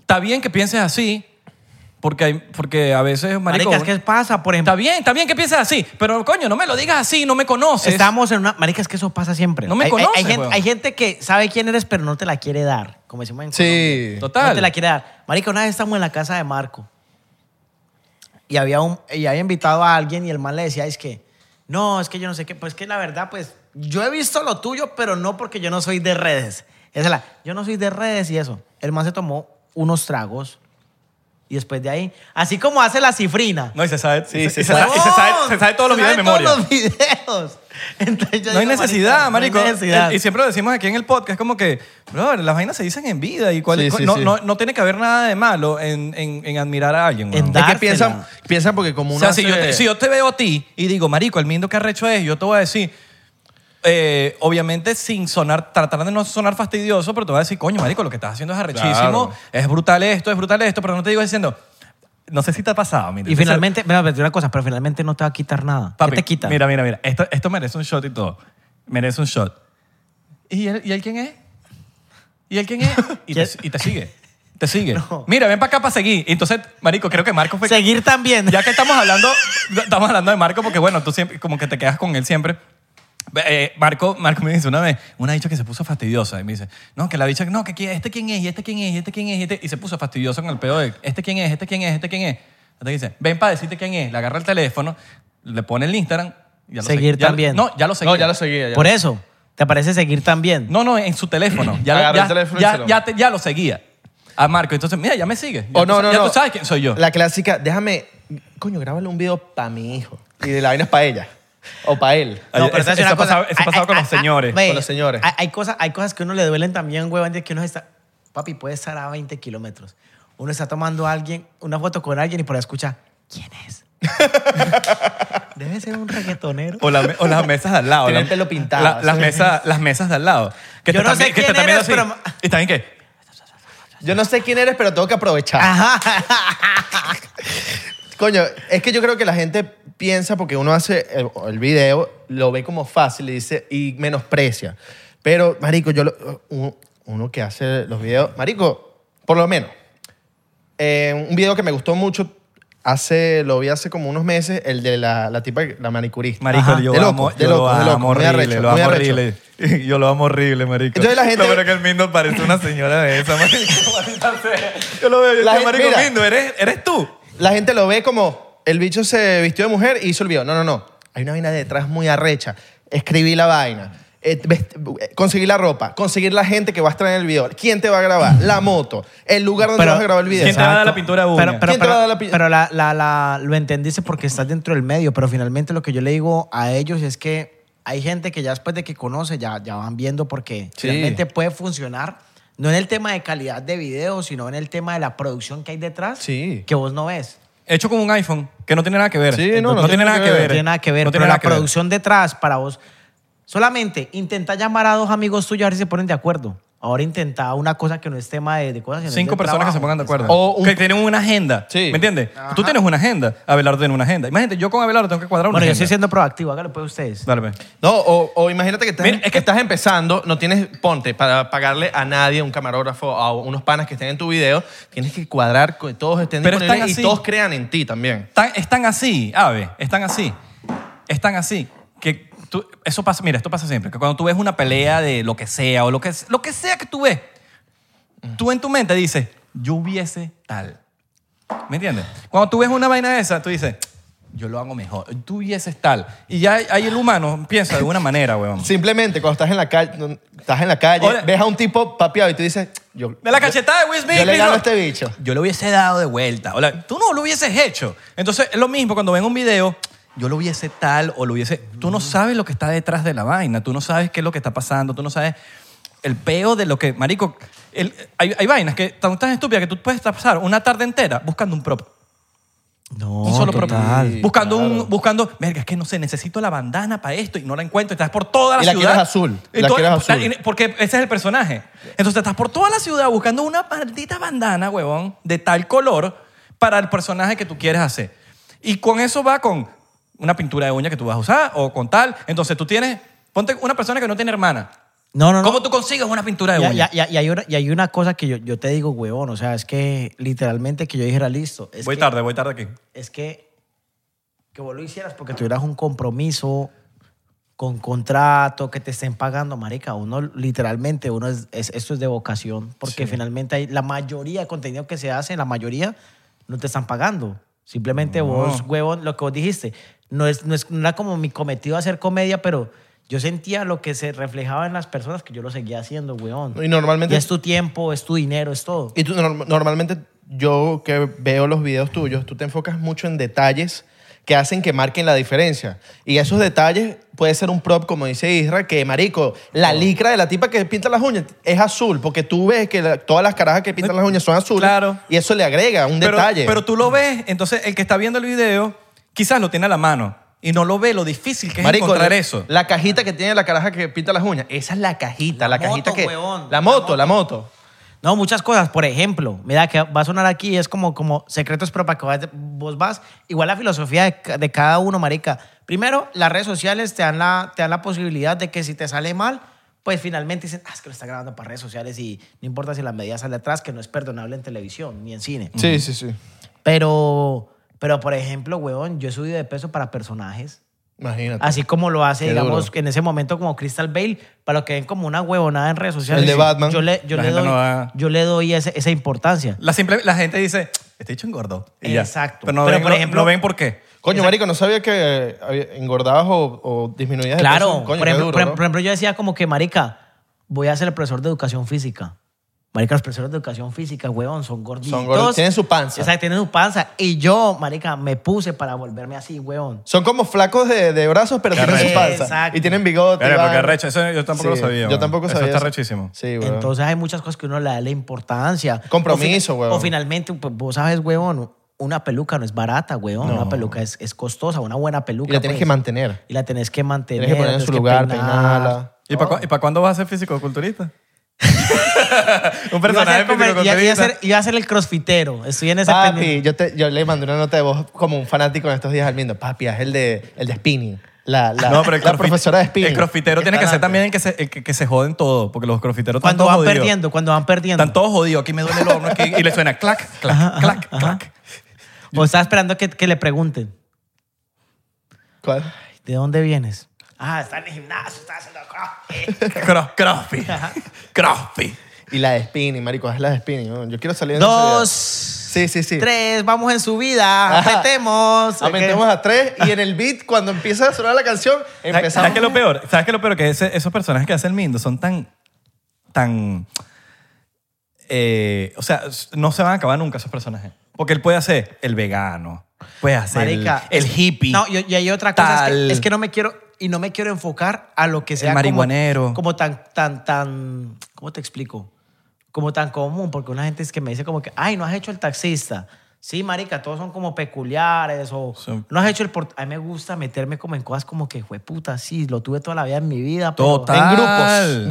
está bien que pienses así, porque, hay- porque a veces, marico... Maricas, ¿qué pasa? Por ejemplo, Está bien, está bien que pienses así, pero coño, no me lo digas así, no me conoces. estamos en una... Maricas, que eso pasa siempre. No me Hay- hay- conoces, hay, gente, weón. hay gente que sabe quién eres, pero no te la quiere dar, como decimos en Colombia. Sí. Total. No te la quiere dar. Marica, una vez estamos en la casa de Marco y había, un, y había invitado a alguien y el man le decía, es que, no, es que yo no sé qué, pues que la verdad, pues yo he visto lo tuyo, pero no porque yo no soy de redes. Esa es la, yo no soy de redes y eso. El man se tomó unos tragos y después de ahí, así como hace la cifrina. No, y se sabe. Sí, y se se, y se sabe, y se sabe- se sabe todos los Se videos de sabe memoria. Todos los videos. Entonces yo No hay digo, necesidad, marico. No hay necesidad. Y siempre lo decimos aquí en el podcast, como que, bro, las vainas se dicen en vida y cuál- Sí, cuál- sí, no, sí. no, no tiene que haber nada de malo en, en- en admirar a alguien. En weón. dar- Es que Dársela. piensan, piensan porque como o uno sea, si yo, hace- te, si yo te veo a ti y digo, marico, el mindo que arrecho es, yo te voy a decir, eh, obviamente sin sonar, tratar de no sonar fastidioso, pero te voy a decir, coño, marico, lo que estás haciendo es arrechísimo, Claro. es brutal esto, es brutal esto, pero no te digo diciendo, no sé si te ha pasado, mira. Y finalmente, mira, pero te digo una cosa, pero finalmente no te va a quitar nada. Papi, ¿Qué te quita? Mira, mira, mira. Esto, esto merece un shot y todo. Merece un shot. ¿Y él, ¿y él quién es? ¿Y él quién es? Y, te, y te sigue. Te sigue. No. Mira, ven para acá para seguir. Y Entonces, Marico, creo que Marco fue. Seguir también. Ya que estamos hablando, estamos hablando de Marco, porque bueno, tú siempre, como que te quedas con él siempre. Eh, Marco, Marco me dice una vez, una bicha que se puso fastidiosa y me dice, no, que la bicha, no, que quién- este quién es, y este quién es, y este quién es, y, este, y se puso fastidiosa con el pedo de, este quién es, este quién es, este quién es. Entonces dice, ven para decirte quién es, le agarra el teléfono, le pone el Instagram, y ya lo Seguir segui- ya lo- también. no, ya lo seguí. No, ya lo seguía. ya. Por eso, ¿te parece seguir también? No, no, en su teléfono. Ya, Agarra lo- ya, el teléfono y se ya, lo- ya te- ya lo seguía a Marco. Entonces, mira, ya me sigue. Ya, O tú no, sa- no, ya no. tú sabes quién soy yo. La clásica, déjame, coño, grábale un video para mi hijo. Y de la vaina es para ella. O para él. Ay, pero eso- te voy a decir eso una ha pasado- cosa. eso ha pasado Ay, con ay, los ay, señores, ve, con los señores. Hay, hay cosas, hay cosas que a uno le duelen también, huevón, de que uno está... Papi, puede estar a 20 kilómetros. Uno está tomando a alguien, una foto con alguien y por ahí escucha, ¿quién es? Debe ser un reggaetonero. O, la me- o las mesas de al lado. Tiene la- el pelo pintado, la- las, sí. mesas, las mesas de al lado. Que Yo te no están sé vi- que te quién están viendo eres, así. pero ma- ¿Y también qué? Yo no sé quién eres, pero tengo que aprovechar. Ajá. Coño, es que yo creo que la gente piensa porque uno hace el, el video, lo ve como fácil y dice y menosprecia. Pero, marico, yo lo- uno, uno que hace los videos, marico, por lo menos, eh, un video que me gustó mucho hace lo vi hace como unos meses, el de la, la tipa la manicurista. Marico, Ajá. yo, De lo loco, amo, de yo loco, lo de amo loco, muy horrible, arrecho, lo muy amo arrecho. horrible. Yo lo amo horrible, marico. Entonces la gente- No, pero que el Mindo parece una señora de esa, marico. maldita sea. Yo lo veo, yo La digo, gente- marico, mira. Mindo, ¿eres, eres tú. La gente lo ve como el bicho se vistió de mujer y hizo el video. No, no, no. Hay una vaina detrás muy arrecha. Escribí la vaina. eh, vest- eh, Conseguir la ropa, conseguir la gente que va a estar en el video, quién te va a grabar, la moto, el lugar donde vas a grabar el video. ¿Quién te va a dar la Exacto. pintura de uña? Pero, pero, ¿Quién te pero- va a dar la pi- pero la- la- la- lo entendiste porque estás dentro del medio, pero finalmente lo que yo le digo a ellos es que hay gente que ya después de que conoce ya, ya van viendo porque Sí. realmente puede funcionar, no en el tema de calidad de video, sino en el tema de la producción que hay detrás Sí. que vos no ves. Hecho con un iPhone, que no tiene nada que ver. Sí, no, no tiene nada que ver. No tiene nada que ver, No tiene pero nada la que ver. producción detrás para vos. Solamente intenta llamar a dos amigos tuyos a ver si se ponen de acuerdo. Ahora intenta una cosa que no es tema de, de cosas. sino Cinco de personas que trabajo. se pongan de acuerdo. O un- Que tienen una agenda. Sí. ¿Me entiendes? Tú tienes una agenda. Abelardo tiene una agenda. Imagínate, yo con Abelardo tengo que cuadrar una Bueno, yo agenda. estoy siendo proactivo, hágalo pues ustedes. Dale, ve. No, o, o imagínate que estás, Mira, es que- estás empezando, no tienes, ponte, para pagarle a nadie, un camarógrafo, a unos panas que estén en tu video, tienes que cuadrar que todos estén Pero disponibles están y así. todos crean en ti también. Tan- están así, Ave, están así. Están así. Que tú- eso pasa, mira, esto pasa siempre. Que cuando tú ves una pelea de lo que sea o lo que, lo que sea que tú ves, tú en tu mente dices, yo hubiese tal. ¿Me entiendes? Cuando tú ves una vaina de esa, tú dices, yo lo hago mejor. Tú hubieses tal. Y ya ahí el humano piensa de una manera, weón. Simplemente cuando estás en la calle, no, estás en la calle, Hola. ves a un tipo papeado y tú dices, yo, De la yo- cachetada de Will Smith. yo le gano a digo, este bicho. Yo lo hubiese dado de vuelta. O la- tú no lo hubieses hecho. Entonces, es lo mismo cuando ven un video, yo lo hubiese tal o lo hubiese... Tú no sabes lo que está detrás de la vaina. Tú no sabes qué es lo que está pasando. Tú no sabes el peo de lo que... Marico, el- hay, hay vainas que tan, tan estúpidas que tú puedes pasar una tarde entera buscando un prop. No, un solo prop. total. Buscando claro. un... Buscando... Verga, es que no sé, necesito la bandana para esto y no la encuentro. Estás por toda la Y la ciudad. quieres azul, Y la todo- quieres azul. Porque ese es el personaje. Entonces estás por toda la ciudad buscando una maldita bandana, huevón, de tal color para el personaje que tú quieres hacer. Y con eso va con una pintura de uña que tú vas a usar o con tal. Entonces tú tienes, ponte una persona que no tiene hermana. No, no, no. ¿Cómo tú consigues una pintura de Y, uña? y- y- y hay una, y hay una cosa que yo, yo te digo, huevón, o sea, es que literalmente que yo dijera listo. Es voy que, tarde, voy tarde aquí. Es que, que vos lo hicieras porque tuvieras un compromiso con contrato, que te estén pagando, marica. Uno literalmente, uno es, es- esto es de vocación, porque finalmente hay, la mayoría de contenido que se hace, la mayoría no te están pagando. Simplemente vos, huevón, lo que vos dijiste, no, es, no, es, no era como mi cometido hacer comedia, pero yo sentía lo que se reflejaba en las personas que yo lo seguía haciendo, huevón. Y normalmente- Y es tu tiempo, es tu dinero, es todo. Y tú, norm- normalmente yo que veo los videos tuyos, tú te enfocas mucho en detalles que hacen que marquen la diferencia. Y esos detalles puede ser un prop, como dice Isra, que marico, la licra de la tipa que pinta las uñas es azul, porque tú ves que la- todas las carajas que pintan las uñas son azules. Claro. Y eso le agrega un Pero, detalle. pero tú lo ves, entonces el que está viendo el video quizás lo tiene a la mano y no lo ve lo difícil que es Marico, encontrar la- eso. La cajita que tiene la caraja que pinta las uñas, esa es la cajita, la, La cajita moto, que... huevón, la la moto, la moto. No, muchas cosas. Por ejemplo, mira que va a sonar aquí, es como, como secretos, pero para que vayas- vos vas. Igual la filosofía de, ca- de cada uno, marica. Primero, las redes sociales te dan, la, te dan la posibilidad de que si te sale mal, pues finalmente dicen, ah, es que lo está grabando para redes sociales y no importa si la medida sale atrás, que no es perdonable en televisión ni en cine. Sí, sí, sí. Pero, pero por ejemplo, weón, yo he subido de peso para personajes. Imagínate. Así como lo hace, Qué digamos, duro. en ese momento como Crystal Bale, para los que ven como una huevonada en redes sociales. El de Batman. Yo le, yo La le gente doy, no va- yo le doy ese- esa importancia. La, simple, la gente dice, este hecho engordó. y ya. Exacto. Pero no Pero, ven, por no- ejemplo- no ven por qué. Coño, marico, no sabía que eh, había- engordabas o, o disminuías de Claro, peso. Coño, por, qué ejemplo, duro, por, ¿no? por ejemplo, yo decía como que, marica, voy a ser el profesor de educación física. Marica, los profesores de educación física, huevón, son gorditos. Son gordos, tienen su panza. Exacto, tienen su panza. Y yo, marica, me puse para volverme así, huevón. Son como flacos de, de brazos, pero tienen su Correcto. panza. Exacto. Y tienen bigote. Pero van. porque arrecho, eso yo tampoco Sí, lo sabía. Yo man. tampoco sabía. Eso está rechísimo. Sí, güey. Entonces hay muchas cosas que uno le da la importancia. Compromiso, O fina- huevón. O finalmente, pues, vos sabes, huevón, una peluca no es barata, huevón. Una peluca es, es costosa, una buena peluca. y la tienes pues. que mantener. Y la tenés que mantener. Tienes que poner en tenés su que lugar, peinar. Oh, peinarla. ¿Y para cuándo vas a ser físico-culturista? Un Iba a personaje ser como- iba- iba a ser- físico-culturista. iba a ser el crossfitero. Estoy en ese Papi, pendiente. yo, te- yo le mandé una nota de voz como un fanático en estos días al Mindo. Papi, es el de, el de spinning. La, la, No, pero el la crossfit- profesora de spinning. El crossfitero tiene que ser también el que se, el que, que se joden todo, porque los crossfiteros están Cuando todos van jodidos. perdiendo, cuando van perdiendo. Están todos jodidos. Aquí me duele el hombro aquí, y le suena clac, clac, Ajá, ajá, clac, ajá. clac. O está esperando que, que le pregunten, ¿Cuál? ¿de dónde vienes? Ah, está en el gimnasio, está haciendo crossfit. Cross- Crossfit. Crossfit. Y la de spinning, marico, es la de spinning. ¿no? Yo quiero salir de ese Dos Sí, sí, sí. Tres, vamos en subida, Ajá. apretemos. Aumentemos a tres y en el beat, cuando empieza a sonar la canción, ¿Sabes empezamos. sabes qué es lo peor? ¿Sabes qué es lo peor? Que ese- esos personajes que hacen Mindo son tan. tan. eh, o sea, s- no se van a acabar nunca esos personajes. Porque él puede hacer el vegano, puede hacer el- Marica, el, hippie. No, y, y hay otra cosa. Es Tal. que, es que no me quiero. Y no me quiero enfocar a lo que sea. como- marihuanero. Como, tan, tan, tan. ¿Cómo te explico? Como tan común, porque una gente es que me dice como que, ay, no has hecho el taxista. Sí, marica, todos son como peculiares o Sí. no has hecho el... port- A mí me gusta meterme como en cosas como que, puta, sí, lo tuve toda la vida en mi vida, pero... Total. En Total. grupos,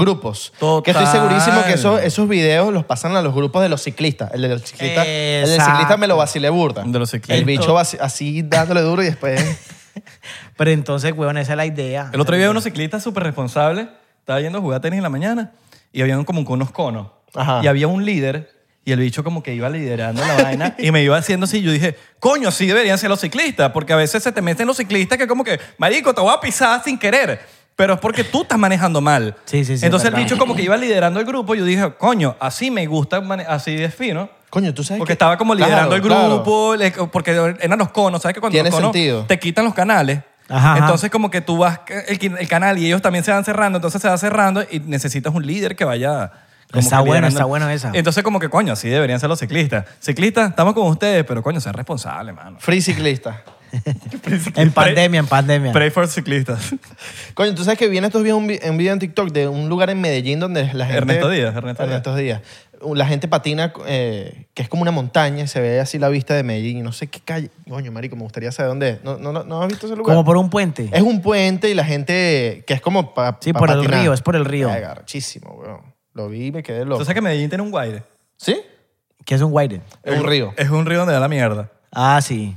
grupos. Que estoy Total. segurísimo que esos, esos videos los pasan a los grupos de los ciclistas. El de los ciclistas, el del Exacto. ciclista me lo vacilé burda. De los ciclistas. El bicho vaci- así dándole duro y después... Pero entonces, weón, esa es la idea. El otro día unos ciclistas súper responsables estaba yendo a jugar tenis en la mañana y habían como que unos conos. Ajá. Y había un líder y el bicho como que iba liderando la vaina y me iba haciendo así. Yo dije, coño, sí deberían ser los ciclistas porque a veces se te meten los ciclistas que como que, marico, te voy a pisar sin querer. Pero es porque tú estás manejando mal. Sí, sí, sí, Entonces el verdad. bicho como que iba liderando el grupo. Yo dije, coño, así me gusta, mane- así es fino. Coño, tú sabes Porque que- estaba como liderando Claro, el claro. grupo, le- porque eran los conos, ¿sabes? Que cuando Tiene los conos sentido. te quitan los canales, Ajá, ajá. entonces como que tú vas el, el canal y ellos también se van cerrando, entonces se va cerrando y necesitas un líder que vaya... como Está que bueno, liderando. está bueno esa. Entonces como que, coño, así deberían ser los ciclistas. Ciclistas, estamos con ustedes, pero coño, sean responsables, mano. Free ciclista. En pandemia, en pandemia. Pray for ciclistas. Coño, tú sabes que viene estos días un, vi- un video en TikTok de un lugar en Medellín donde la gente... Ernesto Díaz, Ernesto Díaz. Díaz. La gente patina, eh, que es como una montaña, y se ve así la vista de Medellín y no sé qué calle. Coño, marico, me gustaría saber dónde es. ¿No, no, no- no has visto ese lugar? Como por un puente. Es un puente y la gente que es como para Sí, por el río, es por el río. Ay, garchísimo, weón. Lo vi y me quedé loco. Entonces que Medellín tiene un guaire. ¿Sí? Que es un guaire. Es un río. Es un río donde da la mierda. Ah, sí.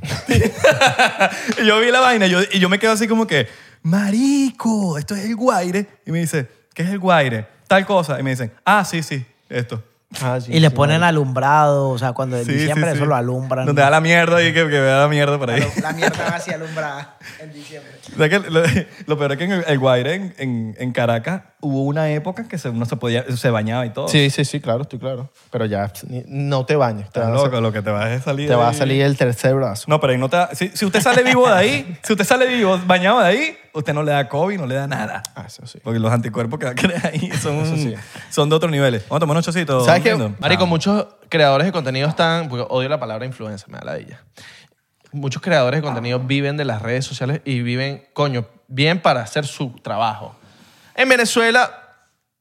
Y yo vi la vaina yo- y yo me quedo así como que, marico, esto es el guaire. Y me dice, ¿qué es el guaire? Tal cosa. Y me dicen, ah, sí, sí, esto. Ah, sí, y le sí, ponen marico. alumbrado, o sea, cuando en Sí, diciembre sí, sí. eso lo alumbran. Donde da la mierda y que, que vea la mierda por ahí. La mierda va así alumbrada en diciembre. O sea que lo, lo peor es que en el, el Guaire, en, en- en Caracas, hubo una época que se- uno se podía, se bañaba y todo. Sí, sí, sí, claro, estoy claro. Pero ya, ni- no te bañes. Te, Estás vas, loco, lo que te va a a, salir. te va a ahí. salir el tercer brazo. No, pero ahí no te da- si, si usted sale vivo de ahí, si usted sale vivo bañado de ahí, usted no le da COVID, no le da nada. Ah, eso sí. Porque los anticuerpos que va a crear ahí son, Eso sí. son de otros niveles. Vamos a tomar un chocito. ¿Sabes qué? Nintendo. Marico, muchos creadores de contenido están... Porque odio la palabra influencer, me da la dilla. Muchos creadores de contenido viven de las redes sociales y viven, coño, bien para hacer su trabajo. En Venezuela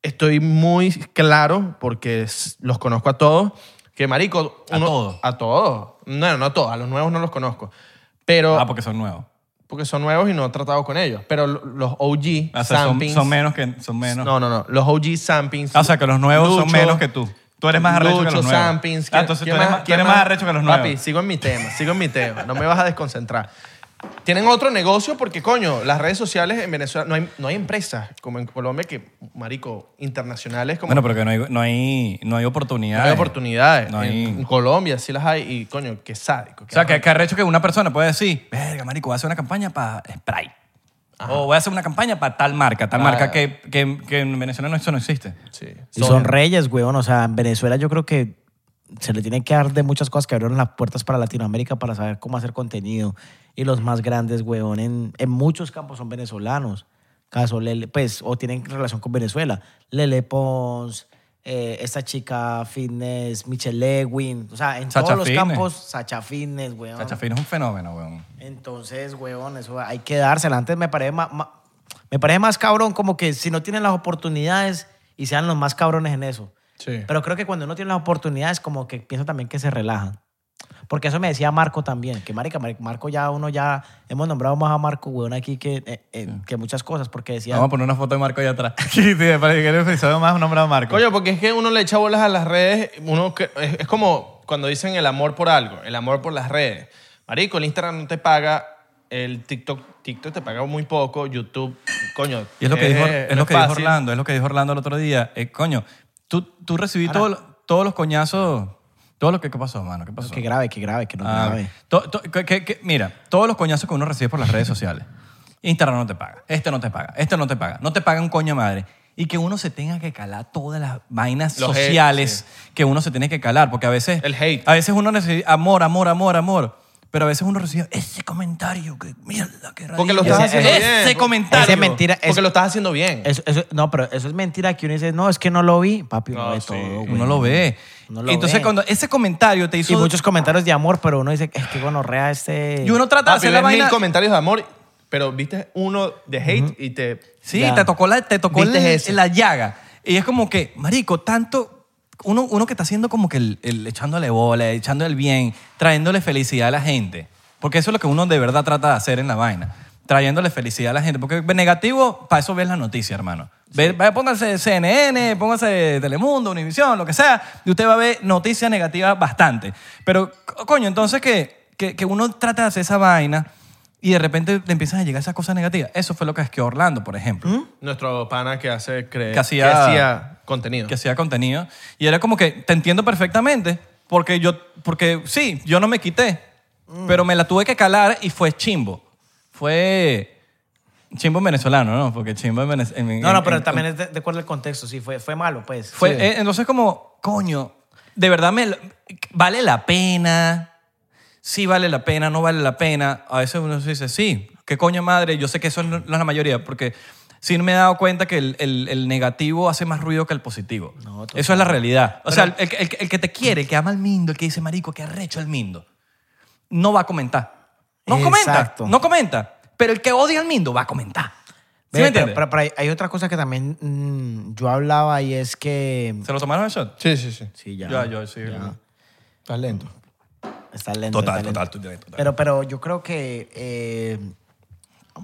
estoy muy claro, porque s- los conozco a todos, que marico... ¿A todos? A todos. No, no a todos. A los nuevos no los conozco. Pero... Ah, porque son nuevos. porque son nuevos y no he tratado con ellos. Pero lo- los OG Ah, O sea, son, Sampings... son menos que. Son menos. No, no, no. Los OG Sampings... Ah, o sea, que los nuevos son Lucho, menos que tú. Tú eres más arrecho que Lucho, los nuevos. Sampins, ah, ¿quién- entonces tú quién eres, más, tú eres más arrecho que los nuevos. Papi, sigo en mi tema, sigo en mi tema. No me vas a desconcentrar. Tienen otro negocio porque, coño, las redes sociales en Venezuela no hay, no hay empresas como en Colombia que, marico, internacionales como Bueno, pero que no hay, no hay, no hay no oportunidades. hay oportunidades. No hay- En, en Colombia sí las hay y, coño, qué sádico. O sea, que, que arrecho que una persona puede decir, verga, marico, voy a hacer una campaña para Sprite. O voy a hacer una campaña para tal marca, tal Ah. marca que, que, que en Venezuela no, eso no existe. Sí. Y son reyes, weón. O sea, en Venezuela yo creo que se le tiene que dar de muchas cosas que abrieron las puertas para Latinoamérica para saber cómo hacer contenido. Y los más grandes, weón, en, en muchos campos son venezolanos. Caso Lele, pues, o tienen relación con Venezuela. Lele Pons, eh, esta chica Fitness, Michelle Lewin. O sea, en Sacha todos los Fitness. campos, Sacha Fitness, weón. Chachafino es un fenómeno, weón. Entonces, weón, eso hay que dársela. Antes me parece más, me parece más cabrón como que si no tienen las oportunidades y sean los más cabrones en eso. Sí. Pero creo que cuando uno tiene las oportunidades como que pienso también que se relajan. Porque eso me decía Marco también, que marica, Mar- Marco ya uno ya hemos nombrado más a Marco, weón, aquí que, eh, eh, Mm. que muchas cosas, porque decía... Vamos a poner una foto de Marco allá atrás. sí, sí, parece que eres episodio más nombrado Marco. Coño, porque es que uno le echa bolas a las redes, uno que- es, es como cuando dicen el amor por algo, el amor por las redes. Marico, el Instagram no te paga, el TikTok, TikTok te paga muy poco, YouTube, coño. Y es lo que, eh, dijo, eh, es no lo que dijo fácil. Orlando, es lo que dijo Orlando el otro día. Eh, coño, tú, tú recibí todo lo- todos los coñazos, todo lo que, ¿qué pasó, mano? ¿Qué pasó? Que grave, que grave, que no Ah, grave. to- to- que- que- que- mira, todos los coñazos que uno recibe por las redes sociales. Instagram no te paga, este no te paga, este no te paga, no te paga un coño madre. Y que uno se tenga que calar todas las vainas Los haters, sociales que uno se tiene que calar, porque a veces... El hate. A veces uno necesita amor, amor, amor, amor. Pero a veces uno recibe ese comentario, que mierda, que Porque lo radilla. estás ese, haciendo bien. ese comentario. Esa es mentira. es- Porque lo estás haciendo bien. eso- eso- no, pero eso es mentira que uno dice, no, es que no lo vi. Papi, uno No, ve sí. todo, güey. Ah, Uno lo ve. Uno lo Entonces ve. cuando ese comentario te hizo... Y muchos comentarios de amor, pero uno dice, es que gonorrea este... y uno trata de Papi, hacer ves la mil vaina... comentarios de amor, pero viste uno de hate y te... Sí, Ya. te tocó, la, te tocó Viste el- ese. la llaga. Y es como que, marico, tanto... Uno, uno que está haciendo como que el, el- echándole bola, echándole el bien, trayéndole felicidad a la gente. Porque eso es lo que uno de verdad trata de hacer en la vaina. Trayéndole felicidad a la gente. Porque negativo, para eso ves la noticia, hermano. Ve- vaya, póngase CNN, póngase Telemundo, Univisión, lo que sea. Y usted va a ver noticias negativas bastante. Pero, co- coño, entonces que, que, que uno trata de hacer esa vaina y de repente te empiezan a llegar esas cosas negativas. Eso fue lo que es que Orlando, por ejemplo Nuestro pana que hace cre- Que hacía- contenido. que hacía contenido. Y era como que, te entiendo perfectamente, porque yo, porque sí, yo no me quité, Mm. pero me la tuve que calar y fue chimbo. Fue chimbo en venezolano, ¿no? Porque chimbo en venezolano. No, no, pero también es de, de acuerdo al contexto, sí, fue, fue malo, pues. Fue, eh, entonces como, coño, de verdad me, vale la pena, sí vale la pena, no vale la pena. A veces uno se dice, sí, qué coño madre, yo sé que eso es la la mayoría, porque sí me he dado cuenta que el, el- el negativo hace más ruido que el positivo. No, total. eso es la realidad. O sea, el, el- el que te quiere, el que ama al mindo, el que dice, marico, que arrecho el mindo, no va a comentar. No Exacto. comenta, no comenta. Pero el que odia al mindo va a comentar. ¿Sí Ve, me pero- entiendes? pero- pero hay, hay otra cosa que también mm, yo hablaba y es que... ¿Se lo tomaron el shot? Sí, sí, sí. Sí, ya. Ya, yo, sí. Estás lento. Está lento. Total, está lento. total, total, total. Pero, pero yo creo que, eh,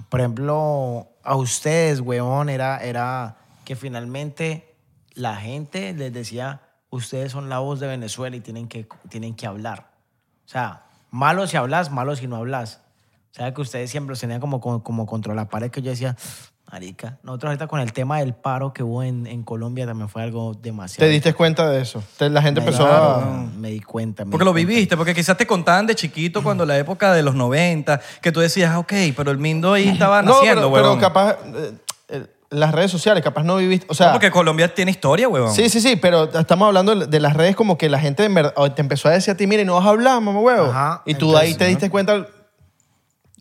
por ejemplo, a ustedes, weón, era, era que finalmente la gente les decía, ustedes son la voz de Venezuela y tienen que, tienen que hablar. O sea, malo si hablas, malo si no hablas. O sea, que ustedes siempre los tenían como, como, como contra la pared que yo decía, marica, nosotros ahorita con el tema del paro que hubo en, en Colombia también fue algo demasiado. Te diste cuenta de eso. Te- la gente Me- empezó a... Me di cuenta. me Porque di lo cuenta. viviste, porque quizás te contaban de chiquito cuando la época de los 90, que tú decías, "Ah, ok, pero el Mindo ahí estaba No, naciendo, pero, huevón. pero capaz... eh, eh, las redes sociales, capaz no viviste... O sea... No, porque Colombia tiene historia, huevón. Sí, sí, sí, pero estamos hablando de las redes como que la gente en verdad- o te empezó a decir a ti, mire, no vas a hablar, mamá huevo. Ajá, y tú entonces, ahí te diste cuenta,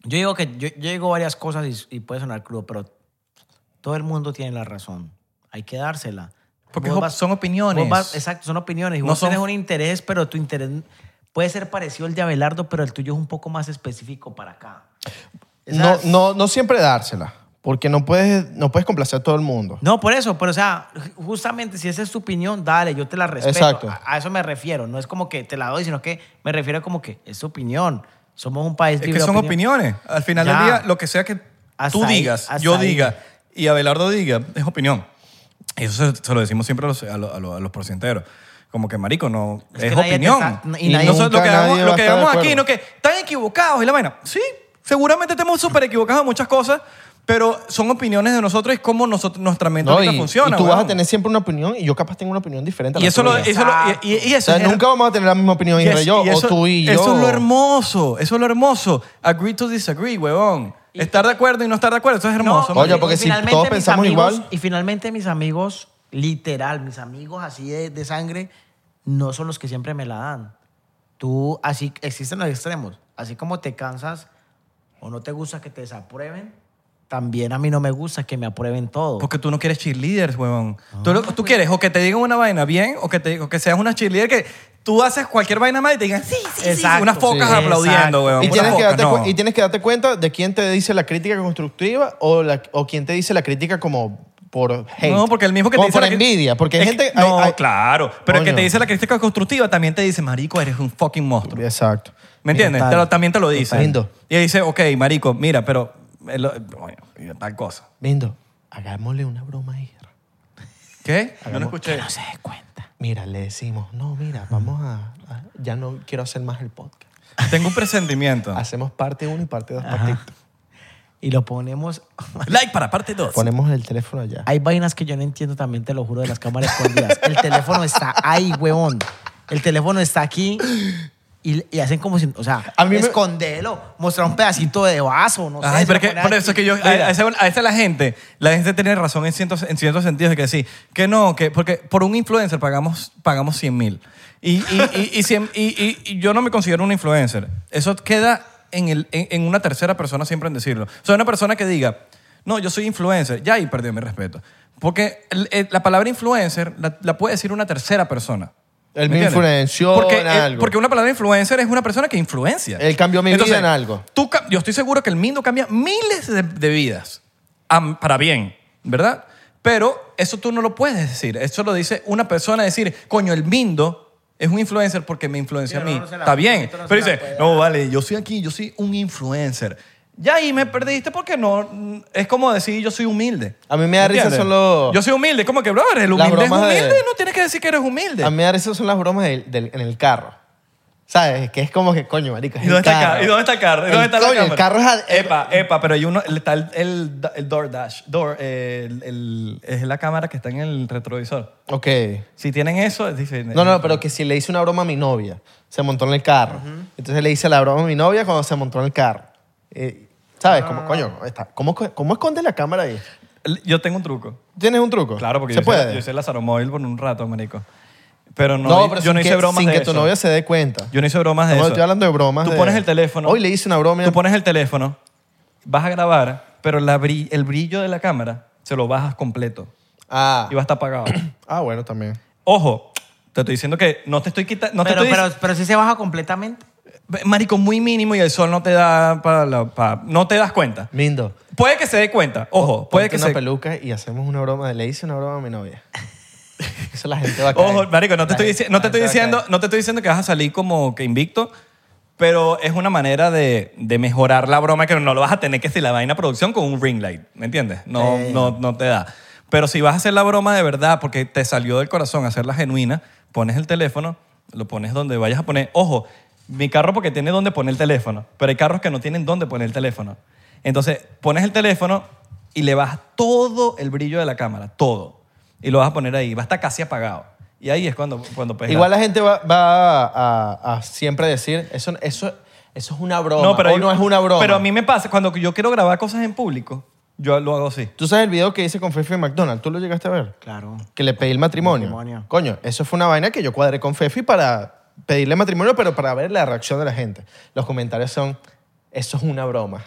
Yo digo que yo, yo digo varias cosas y, y puede sonar crudo, pero todo el mundo tiene la razón. Hay que dársela. Porque Vos jo- son opiniones. vos exacto, son opiniones. Y No vos son- tenés un interés, pero tu interés puede ser parecido al de Abelardo, pero el tuyo es un poco más específico para acá. no, Esas- no, no siempre dársela, porque no puedes, no puedes complacer a todo el mundo. No, por eso, pero o sea, justamente si esa es tu opinión, dale, yo te la respeto. Exacto. A, a eso me refiero. No es como que te la doy, sino que me refiero como que es tu opinión. Somos un país es libre que de son opinión. opiniones. Al final Ya. del día, lo que sea que Hasta tú ahí, digas, hasta yo ahí. diga y Abelardo diga, es opinión. Y Eso se, se lo decimos siempre a los, a lo- a lo- a los porcienteros. Como que, marico, no, Es es, que nadie te opinión. está- no- y Y nadie- nosotros lo Nunca que nadie damos, va a lo que estar de damos aquí, acuerdo. no que están equivocados y la vaina. Sí, seguramente estamos súper equivocados en muchas cosas, pero son opiniones de nosotros y cómo nosotros, nuestra mente No, ahorita y, funciona. y tú vas a huevón. tener siempre una opinión y yo capaz tengo una opinión diferente. a Y la eso lo, tuya. eso lo- y- y- y o eso sea, es- nunca vamos a tener la misma opinión y Indra es- y yo, y o eso- tú y yo. Eso es lo hermoso, eso es lo hermoso. Agree to disagree, huevón. Estar de acuerdo y no estar de acuerdo, eso es hermoso. Oye, marico. porque y si finalmente todos mis pensamos amigos- igual- Y finalmente mis amigos, literal, mis amigos así de, de sangre, no son los que siempre me la dan. Tú, así existen los extremos. Así como te cansas o no te gusta que te desaprueben, también a mí no me gusta que me aprueben todo. porque tú no quieres cheerleaders, huevón. Ah. Tú, lo- tú quieres o que te digan una vaina bien o que, te, o que seas una cheerleader que tú haces cualquier vaina mal y te digan sí, sí, sí, sí. Exacto. Unas focas Sí. Exacto. aplaudiendo, huevón. Y unas tienes, que focas, darte no. cu- y tienes que darte cuenta de quién te dice la crítica constructiva o, la, o quién te dice la crítica como por hate. No, porque el mismo que como te dice por la cri- envidia. Porque hay Es que- gente... hay- No, hay- claro. Pero el que Coño. te dice la crítica constructiva también te dice, marico, eres un fucking monstruo. Exacto. ¿Me entiendes? Total. Te lo- también te lo dice. Total. Lindo. Y él dice, ok, marico, mira, pero... eh, lo- bueno, tal cosa. Lindo, hagámosle una broma a Isra. ¿Qué? Yo no escuché. no se dé cuenta. Mira, le decimos, no, mira, vamos a, a- Ya no quiero hacer más el podcast. Tengo un presentimiento. Hacemos parte uno y parte dos parte- Y lo ponemos... like para parte 2. Ponemos el teléfono allá. Hay vainas que yo no entiendo también, te lo juro, de las cámaras escondidas. El teléfono está ahí, huevón. El teléfono está aquí Y, y hacen como si, o sea, A mí me- escondelo, mostrar un pedacito de vaso, no sé. Ay, se pero lo que- ponen por aquí. eso es que yo, a, Mira. a esa- a esa la gente, la gente tiene razón en ciertos, en ciertos sentidos de que sí, que no, que porque por un influencer pagamos, pagamos 100 mil. Y, y, y, y cien- y- y- y yo no me considero un influencer. Eso queda en, el, en, en una tercera persona siempre en decirlo. O sea, una persona que diga, no, yo soy influencer, ya ahí perdió mi respeto. Porque el- el- la palabra influencer la, la puede decir una tercera persona. Él ¿Me me entiendes? influenció porque, en eh, algo. Porque una palabra influencer es una persona que influencia. Él cambió mi vida en algo. Tú, ca- yo estoy seguro que el Mindo cambia miles de, de vidas am- para bien, ¿verdad? Pero eso tú no lo puedes decir. Eso lo dice una persona decir, coño, el Mindo es un influencer porque me influenció Sí, a no, mí. no se la- Está bien. esto no se Pero la dice, puede no, vale, yo soy aquí, yo soy un influencer. Ya ahí me perdiste porque no. Es como decir, yo soy humilde. A mí me da risa ¿Entiendes? solo- Yo soy humilde. Como que, brother, el Las humilde es bromas de- humilde. No tienes que decir que eres humilde. A mí a veces son las bromas del- del- en el carro. ¿Sabes? Que es como que, coño, marica, es ¿Y dónde, el está el carro. carro? ¿Y dónde está el carro? ¿Y El dónde está la coño, el cámara? carro es... a- Epa, epa, pero hay uno... el- Está el, el, el DoorDash. Door, eh, el- el- es la cámara que está en el retrovisor. Ok. Si tienen eso, es diferente. No, no, pero que si le hice una broma a mi novia, se montó en el carro. Entonces le hice la broma a mi novia cuando se montó en el carro. Eh, ¿Sabes? Ah. Como, coño, está- ¿cómo, co- ¿cómo esconde la cámara ahí? Yo tengo un truco. ¿Tienes un truco? Claro, porque ¿Se yo, puede? Hice, yo hice Lázaro Móvil por un rato, marico. Pero no, no, di- pero yo sin no hice que, bromas sin de que eso. tu novia se dé cuenta. Yo no hice bromas de No, eso. estoy hablando de bromas Tú de- pones el teléfono. Hoy le hice una broma. Tú pones el teléfono, vas a grabar, pero la bri- el brillo de la cámara se lo bajas completo Ah. y va a estar apagado. ah, bueno, también. Ojo, te estoy diciendo que no te estoy quitando... No pero, te estoy pero, pero sí se baja completamente. Marico, muy mínimo y el sol no te da para la- pa- no te das cuenta. Lindo. Puede que se dé cuenta, ojo, puede Ponte que una se peluca y hacemos una broma. de- Le hice una broma a mi novia. Eso la gente va a caer. Ojo, marico, no te La estoy gente- dici- no te la estoy gente va a diciendo, caer. no te estoy diciendo que vas a salir como que invicto, pero es una manera de, de mejorar la broma que no lo vas a tener que si la vaina producción con un ring light, ¿me entiendes? No no no te da. Pero si vas a hacer la broma de verdad porque te salió del corazón hacerla genuina, pones el teléfono, lo pones donde vayas a poner, ojo, mi carro porque tiene donde poner el teléfono, pero hay carros que no tienen donde poner el teléfono. Entonces, pones el teléfono y le bajas todo el brillo de la cámara, todo y lo vas a poner ahí. Va a estar casi apagado. Y ahí es cuando, cuando pegas. Igual la gente va, va a, a- a siempre decir, eso, eso, eso es una broma. o hay- no es una broma. Pero a mí me pasa, cuando yo quiero grabar cosas en público, yo lo hago así. Tú sabes el video que hice con Fefi McDonald. ¿Tú lo llegaste a ver? Claro. Que le pedí el matrimonio. Matrimonio. Coño, eso fue una vaina que yo cuadré con Fefi para pedirle matrimonio, pero para ver la reacción de la gente. Los comentarios son, eso es una broma.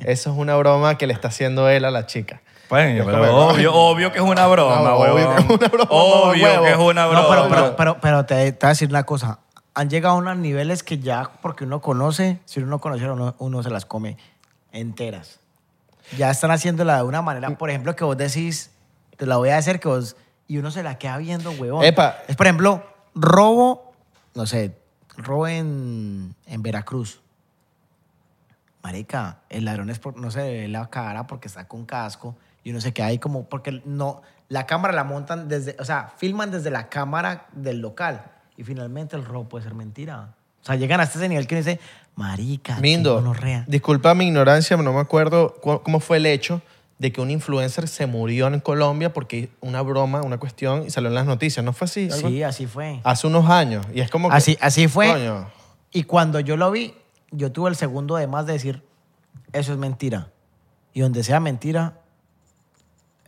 Eso es una broma que le está haciendo él a la chica. Bueno, Es pero como- obvio, obvio que es una broma, No, obvio huevón. que es una broma, Obvio huevo. que es una No, broma. No, pero, no. pero, pero, pero te, te voy a decir una cosa. Han llegado a unos niveles que ya, porque uno conoce, si uno no conoce, uno, uno se las come enteras. Ya están haciéndola de una manera, por ejemplo, que vos decís, te la voy a hacer, que vos, y uno se la queda viendo, huevón. Epa. Es, por ejemplo, robo, no sé, robo en, en Veracruz. Marica, el ladrón es por- no se ve la cara porque está con casco y uno se queda ahí como porque no la cámara la montan desde, o sea, filman desde la cámara del local y finalmente el robo puede ser mentira. O sea, llegan hasta ese nivel que uno dice, marica, qué Mindo, gonorrea". disculpa mi ignorancia, no me acuerdo cu- cómo fue el hecho de que un influencer se murió en Colombia porque una broma, una cuestión, y salió en las noticias. ¿No fue así? Algo- Sí, así fue. Hace unos años. Y es como que, Así, así fue. Coño. Y cuando yo lo vi, yo tuve el segundo de más de decir, eso es mentira. Y donde sea mentira,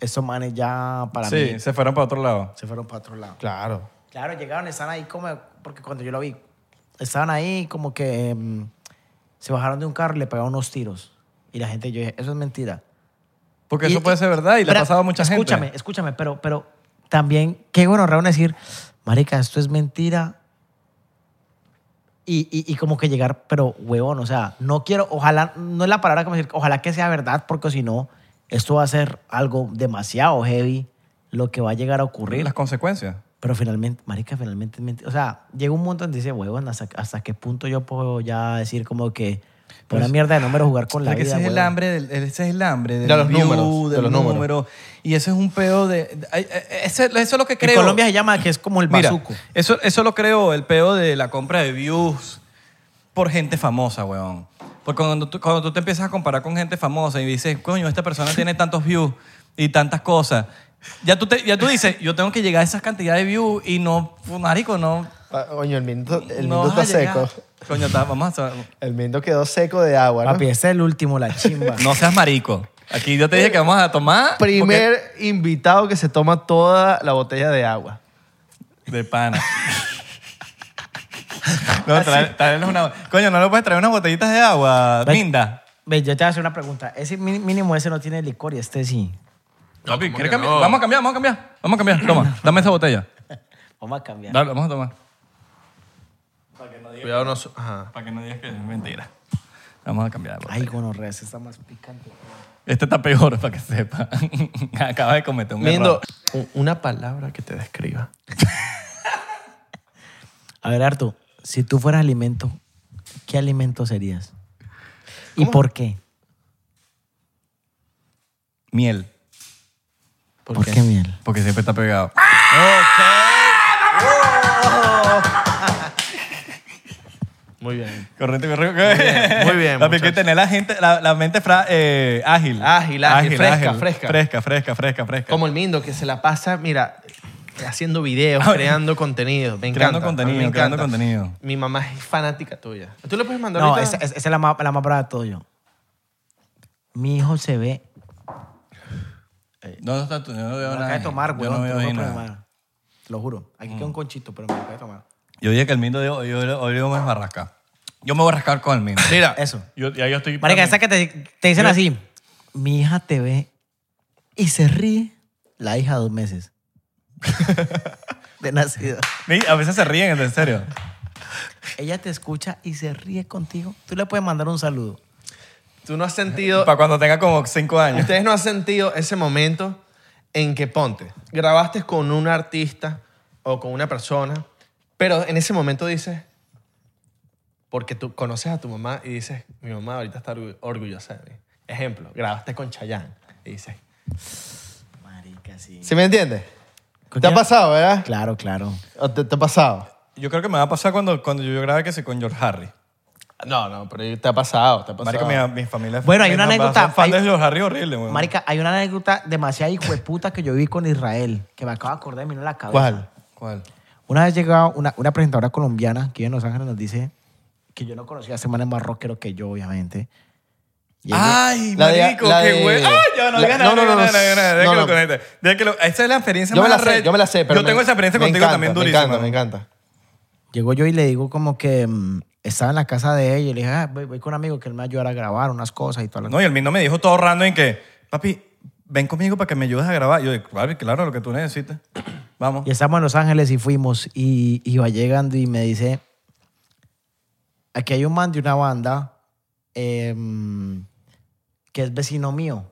esos manes ya para sí, mí se fueron para otro lado. se fueron para otro lado. Claro. Claro, llegaron, estaban ahí como, porque cuando yo lo vi, estaban ahí como que em, se bajaron de un carro y le pegaron unos tiros. Y la gente, yo dije, eso es mentira. Porque Y- eso puede ser verdad y le ha Pero, pasado a mucha escúchame, gente. Escúchame, pero, pero también, qué bueno, Raúl, decir, marica, esto es mentira. Y, y- y como que llegar, pero huevón, o sea, no quiero, ojalá, no es la palabra como decir, ojalá que sea verdad, porque si no, esto va a ser algo demasiado heavy lo que va a llegar a ocurrir. Las consecuencias. Pero finalmente, marica, finalmente es mentira. O sea, llega un momento donde dice, huevón, ¿hasta, hasta qué punto yo puedo ya decir como que por una Pues- mierda de número jugar con la Porque vida, ese es el huevón"? hambre, del, el- ese es el hambre del De los view, números, de del los números. número. Y eso es un peo de... de- ay, ay, ese- eso es lo que creo. En Colombia se llama que es como el Mira, bazuco. eso, eso lo creo, el peo de la compra de views por gente famosa, weón. Porque cuando tú, cuando tú te empiezas a comparar con gente famosa y dices, coño, esta persona tiene tantos views y tantas cosas, ya tú, te- ya tú dices, yo tengo que llegar a esas cantidades de views y no, pues, marico, no, Pa- Coño, el Mindo, el No Mindo vas a está seco. llegar. Coño, está- vamos a... El Mindo quedó seco de agua, ¿no? Papi, ese es el último, la chimba. No seas marico. Aquí yo te dije que vamos a tomar... porque- Primer invitado que se toma toda la botella de agua. De pana. No, trae- traerles una... Coño, ¿no le puedes traer unas botellitas de agua, Ve- Minda? Ve, yo te voy a hacer una pregunta. Ese mi- mínimo ese no tiene licor y este sí. No, Papi, ¿cómo ¿quieres que cambiar? no? Vamos a cambiar, vamos a cambiar. Vamos a cambiar. Toma, dame esa botella. Vamos a cambiar. Dale, vamos a tomar. Cuidado, no. su- Ajá. Para que no digas que es mentira. Vamos a cambiar. Ay, gonorrea, ese está más picante. Este está peor, para que sepa. Acaba de cometer un Mindo, error. u- una palabra que te describa. A ver, Artu, si tú fueras alimento, ¿qué alimento serías? ¿Y por qué? Miel. ¿Por, qué? miel? Porque siempre está pegado. Muy bien. Correcto, correcto. muy bien, Papi, hay que muchachos. tener la, gente, la, la mente fra- eh, ágil. Ágil, ágil, fresca, fresca. Fresca, fresca, fresca, fresca. Como el Mindo, que se la pasa, mira, haciendo videos, Ah, creando contenido. Me creando encanta. contenido, a mí me creando encanta. contenido. Mi mamá es fanática tuya. ¿Tú le puedes mandar No, ahorita? esa, esa- esa es la más, la más brava de todo yo. Mi hijo se ve... ¿Dónde está tu? Yo no Me veo la nada. acaba de tomar, Yo weón. no te veo lo ahí juro por nada. mi Mm. madre. Te lo juro. Aquí queda un conchito, pero me lo acaba de tomar. Yo dije que el mindo de hoy, hoy, hoy me voy a rascar. Yo me voy a rascar con el mindo. Mira, Eso. Yo, ya yo estoy... Marica, esa que te, te dicen así. Mi hija te ve y se ríe. La hija dos meses. de nacido. Mira, A veces se ríen, en serio. Ella te escucha y se ríe contigo. Tú le puedes mandar un saludo. tú no has sentido. Para cuando tenga como cinco años. Ustedes no han sentido ese momento en que ponte, grabaste con un artista o con una persona, pero en ese momento dices, porque tú conoces a tu mamá y dices, mi mamá ahorita está orgu- orgullosa de mí. Ejemplo, grabaste con Chayanne y dices, Marica, sí. ¿Sí me entiendes? ¿Con ¿Te ha quién? pasado, verdad? Claro, claro. ¿O te, te ha pasado? Yo creo que me va a pasar cuando, cuando yo grabe que sí con George Harry. no, no, pero te ha pasado, te ha pasado. Marico, mi, mi familia... Bueno, hay mi una mamá anécdota, son fan hay- de George Harry horrible, weón. Marica, hay una anécdota demasiado hijo de puta que yo vi con Israel, que me acabo de acordar y me vino a la cabeza. ¿Cuál? ¿Cuál? Una vez llegaba una, una presentadora colombiana que vive en Los Ángeles nos dice que yo no conocía a Semana más rockero que yo, obviamente. Y ella- Ay, La de- marico, la qué de- güey. Ay, ya no la- digas nada, no no, no, digas nada, no, no digas nada, no, deja que no. lo conecte. Deja que lo- Esa es la experiencia Yo me más la sé, arrecha. yo me la sé, pero Yo me- tengo esa experiencia me contigo encanta, también Me durísima. encanta, me encanta. Llegó yo y le digo como que mm, estaba en la casa de ella y le dije, ah, voy, voy con un amigo que él me va a ayudar a grabar unas cosas y todo. No, y el mismo me dijo todo random en que, papi, ven conmigo para que me ayudes a grabar. Yo, papi, claro, lo que tú necesites. Vamos. Y estamos en Los Ángeles y fuimos y iba llegando y me dice, aquí hay un man de una banda em, que es vecino mío.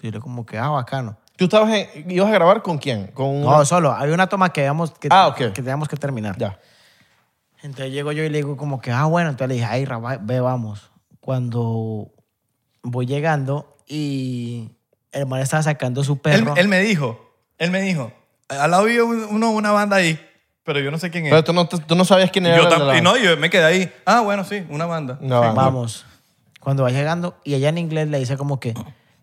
Y yo le como que, ah, bacano. ¿Tú estabas en- ibas a grabar con quién? Con un... No, solo, había una toma que, habíamos, que, Mm. Ah, ok. que teníamos que terminar. Ya. Entonces llego yo y le digo como que, ah, bueno, entonces le dije, ay, Rafa, ve, vamos. Cuando voy llegando y el man estaba sacando su Él, perro. él me dijo, él me dijo, al lado había un- uno, una banda ahí, pero yo no sé quién es. Pero tú no, tú no sabías quién Y era yo el de tam- la- y no, yo me quedé ahí. Ah, bueno, sí, una banda. Una Sí. banda. Vamos. Cuando va llegando, y ella en inglés le dice como que,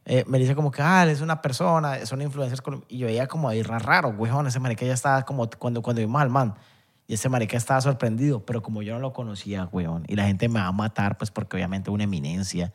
eh, me dice como que, ah, él es una persona, es una influencer. colom-". Y yo veía como ahí ra- raro, güeyón, ese marica ya estaba como cuando, cuando vimos al man. Y ese marica estaba sorprendido, pero como yo no lo conocía, güeyón, y la gente me va a matar, pues porque obviamente una eminencia.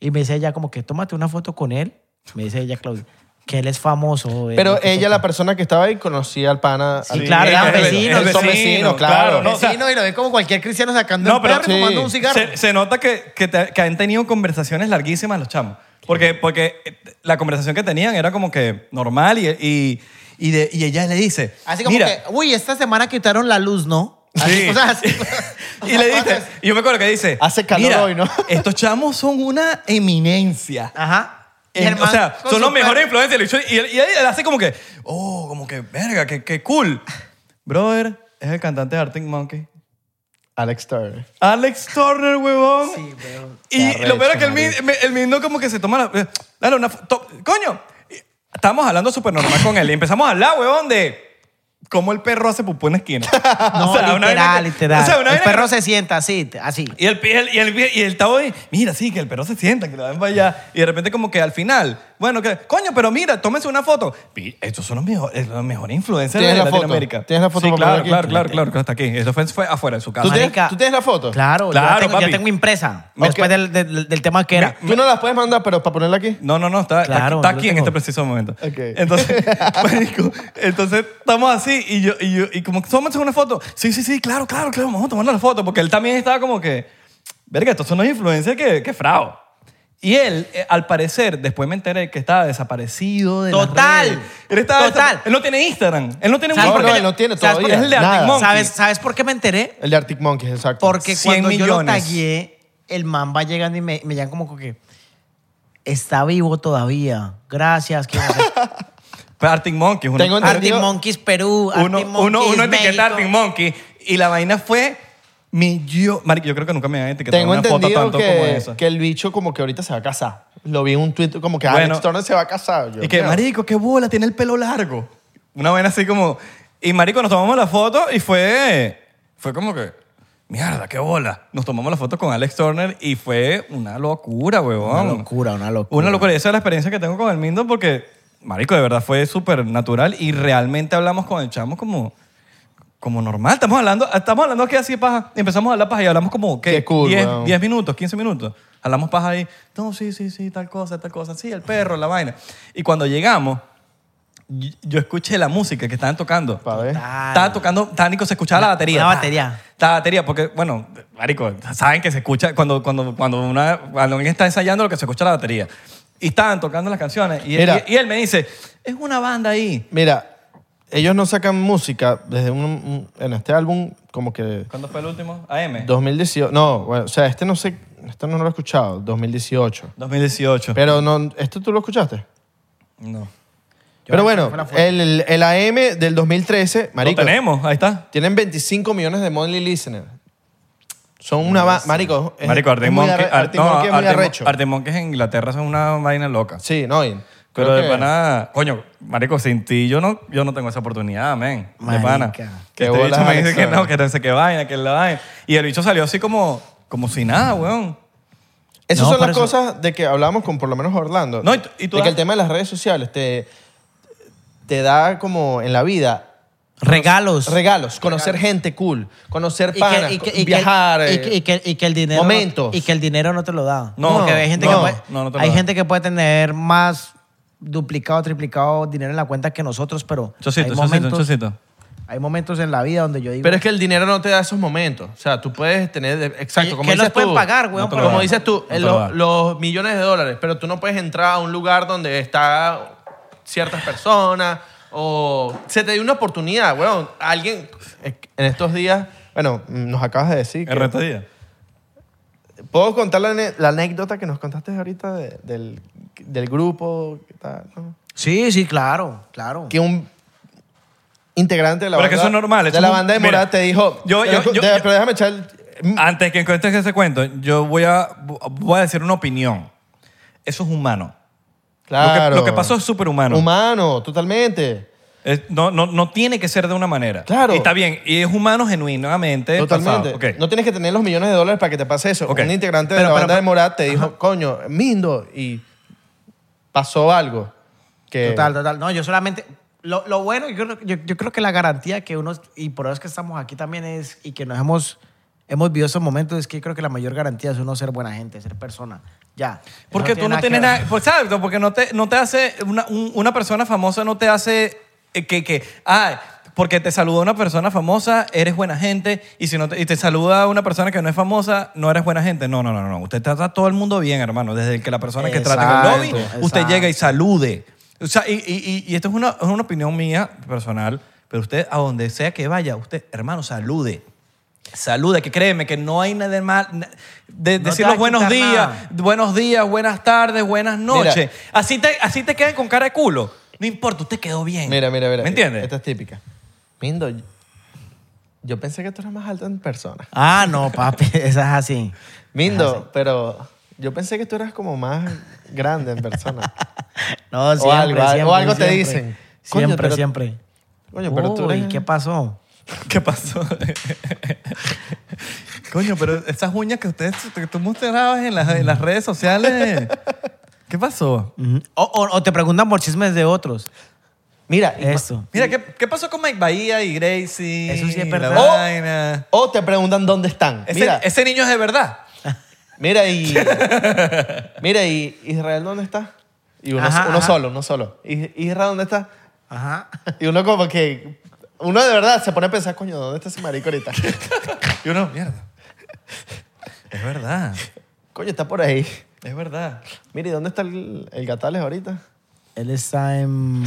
Y me dice ella como que, tómate una foto con él. Me dice ella, Claudia, que él es famoso. él Pero es ella, famoso". la persona que estaba ahí, conocía al pana. Sí, al- claro, eran es que- vecinos. es Son vecinos, claro. no, o sea, Vecino, y lo ve como cualquier cristiano sacando No, un pero- perro y Sí. fumando un cigarro. Se, se nota que, que te- que han tenido conversaciones larguísimas los chamos. Porque, porque la conversación que tenían era como que normal y, y, y de- y ella le dice, Así como "Mira", que, uy, esta semana quitaron la luz, ¿no? Así, Sí. o sea, así. y le dice, y yo me acuerdo que dice, Hace calor "Mira, hoy, ¿no?" estos chamos son una eminencia. Ajá. Y En- el o man sea, con son su los mejores perro. influencers. del show. Y él, y él hace como que, oh, como que, verga, que, que cool. Brother, es el cantante de Arctic Monkey. Alex Turner. Alex Turner, huevón. Sí, pero- Y Qué lo peor es que el, arrecho, min- me- el Mindo como que se toma la... eh, Dale una... fo- to- coño, estábamos hablando súper normal con él y empezamos a hablar, huevón, de cómo el perro hace pupú en la esquina. No, O sea, una vaina literal, que- literal. o sea, una el vaina que- perro se sienta así, te- así. Y el, y el, y el, y el Tao ahí, mira, sí, que el perro se sienta, que lo ven para allá. Y de repente como que al final Bueno, que, coño, pero mira, tómense una foto. Pi- Estos son los mejores, los mejores influencers de ¿Tienes la foto? Latinoamérica. ¿Tienes la foto Sí, para claro, poner aquí? claro, claro, claro, que está aquí. Eso fue, fue afuera de su casa. ¿Tú tienes, Marica. tú tienes la foto? Claro, Claro, yo, la tengo, yo papi. tengo impresa. Después del, del- del tema que era. Tú no las puedes mandar, pero para ponerla aquí. No, no, no, está, está Claro, aquí- está yo aquí en tengo. este preciso momento. Ok. Entonces, marico, entonces estamos así y yo, y yo, y como, tómense una foto. Sí, sí, sí, claro, claro, claro, vamos a tomarnos la foto. Porque él también estaba como que, verga, estos son los influencers que, que frao. Y él, eh, al parecer, después me enteré que estaba desaparecido de las Total, redes. Él estaba desa- total. Él no tiene Instagram. Él no tiene No, ¿Sabes Instagram. por no, qué? él no tiene ¿Sabes por qué? todavía. Es el de Arctic Nada. Monkey. ¿Sabes, ¿Sabes por qué me enteré? El de Arctic Monkeys, exacto. Porque 100 cuando yo lo millones. tagué, el man va llegando y me, me llaman como que está vivo todavía. Gracias. que no sé qué". Arctic Monkey. es una- Tengo entendido- Arctic Monkeys Perú, Arctic uno, Monkeys uno, uno etiqueta México. a Arctic Monkey y la vaina fue millón. Marico, yo creo que nunca me habían etiquetado Tengo una foto entendido tanto como que, esa. que el bicho como que ahorita se va a casar. Lo vi en un tweet como que Bueno. Alex Turner se va a casar. Yo, y que, mira. marico, qué bola, tiene el pelo largo. Una vaina así como... Y, marico, nos tomamos la foto y fue... Fue como que... Mierda, qué bola. Nos tomamos la foto con Alex Turner y fue una locura, huevón. Una locura, una locura. Una locura. Y esa es la experiencia que tengo con el Mindo porque, marico, de verdad fue súper natural y realmente hablamos con el chamo como, como normal. Estamos hablando, estamos hablando aquí así paja. Y empezamos a hablar paja y hablamos como, ¿qué? Qué cool, 10, weón. 10 minutos, 15 minutos. Hablamos paja ahí. No, sí, sí, sí, tal cosa, tal cosa. Sí, el perro, la vaina. Y cuando llegamos, y- yo escuché la música que estaban tocando. Pa' ver. Total. Estaba tocando, estaba Nico, se escuchaba la Una- batería. una Ta, batería. Ta batería, porque, bueno, marico, saben que se escucha, cuando, cuando, cuando, una, cuando alguien está ensayando, lo que se escucha es la batería. Y estaban tocando las canciones. Y, Mira. y- y él me dice, es una banda ahí. Mira, ellos no sacan música desde un, un- en este álbum como que ¿Cuándo fue el último? AM. 2018. No, bueno, o sea, este no sé, este no lo he escuchado, 2018. 2018. Pero no, ¿esto tú lo escuchaste? no. Pero bueno, el, el, el AM del 2013, marico, Lo tenemos, ahí está. tienen 25 millones de monthly listeners. Son una ba- marico, es- marico, es Arctic muy Monkey. arre- Ar- Arctic ah, no, Monkey es muy Arctic Mon- arrecho. Arctic Monkeys en Inglaterra son una vaina loca. Sí, no, y- Pero creo de que- pana, coño, marico, sin ti yo no, yo no tengo esa oportunidad, men. De pana. Marica. Que Qué este bicho bola, me dice que Alex, no, que no sé qué vaina, que la vaina. Y el bicho salió así como, como si nada, weón. Esas No, son por las eso- cosas de que hablamos con por lo menos Orlando. No, y tú- y tú de has- que el tema de las redes sociales te, te da como en la vida Regalos. regalos, conocer gente cool, conocer Y que- panas, y que- y que- viajar. y eh, que- y que- y que el dinero no- momentos. y que el dinero no te lo da No, Porque hay gente no, que puede, no, no te lo hay da. gente que puede tener más duplicado triplicado dinero en la cuenta que nosotros pero Chocito, hay chocito, momentos chocito. hay momentos en la vida donde yo digo Pero es que el dinero no te da esos momentos. O sea, tú puedes tener. Exacto, Que- como que dices los pueden tú. pagar, weón, No te pero- como dices tú, No te eh, lo lo- dan. los millones de dólares, pero tú no puedes entrar a un lugar donde está ciertas personas o. Se te dio una oportunidad, weón. Alguien. En estos días, bueno, nos acabas de decir El que... resto del día. ¿Puedo contar la, ane- la anécdota que nos contaste ahorita de- del, del grupo? que tal, no? sí sí claro claro Que un integrante de la Pero es banda que eso es normal, eso de la es un- banda de mira, Morada te dijo... yo- yo- pero, yo- de- yo- pero déjame echar... el- Antes que cuentes ese cuento, yo voy a, voy a decir una opinión. Eso es humano. Claro. lo que pasó es superhumano. Humano, totalmente. Es- no, no, no tiene que ser de una manera. Claro. Y está bien, y es humano genuinamente. Totalmente. pasado. Ok. No tienes que tener los millones de dólares para que te pase eso. Ok. Un integrante de Pero- la pero- banda de Morat te dijo, coño, Mindo, y pasó algo. Que, Total, total. No, yo solamente. Lo, lo bueno, yo, creo- yo, yo creo que la garantía que uno. Y por eso es que estamos aquí también es. Y que nos hemos. Hemos vivido esos momentos. Es que yo creo que la mayor garantía es uno ser buena gente, ser persona. Ya. Porque tú tiene no que tienes ver. nada. por- Exacto, porque no te, no te hace. Una, un- una persona famosa no te hace eh, que. que ah, porque te saluda una persona famosa, eres buena gente. Y si no te, y te saluda una persona que no es famosa, no eres buena gente. No, no, no, no. Usted trata a todo el mundo bien, hermano. Desde que la persona que trata en el lobby, Exacto, usted exacto. llega y salude. O sea, y, y- y- y esto es una, es una opinión mía personal. Pero usted, a donde sea que vaya, usted, hermano, salude. Salude, que créeme que no hay nada de mal. na- De, No te decir va los a buenos quitar días, nada. buenos días, buenas tardes, buenas noches. Mira. Así te, así te quedan con cara de culo. No importa, usted quedó bien. Mira, mira, mira. ¿Me entiendes? Esta es típica. Mindo, yo- yo pensé que tú eras más alto en persona. Ah, no, papi. Esa es así. Mindo, pero yo pensé que tú eras como más grande en persona. No, siempre. algo, o siempre, algo te siempre. dicen. Coño, Siempre, pero- siempre. Coño, pero tú Uy, eres- ¿qué pasó? ¿Qué pasó? Coño, pero esas uñas que ustedes que tú mostrabas en las, en las redes sociales ¿Qué pasó? Ujú. o, o- o te preguntan por chismes de otros. Mira, y- Eso. Mira, ¿qué, qué pasó con Mike Bahía y Gracie? Eso sí es y la verdad. vaina? o te preguntan dónde están. Ese, Mira, ese niño es de verdad. mira y mira y Israel dónde está? Y uno, Ajá, uno ajá. solo, uno solo. Y- Israel dónde está? Ajá. Y uno como que uno de verdad se pone a pensar, coño, ¿dónde está ese marico ahorita? Y uno, mierda. Es verdad. coño, está por ahí. Es verdad. Mira, ¿y dónde está el, el Gatales ahorita? Él está en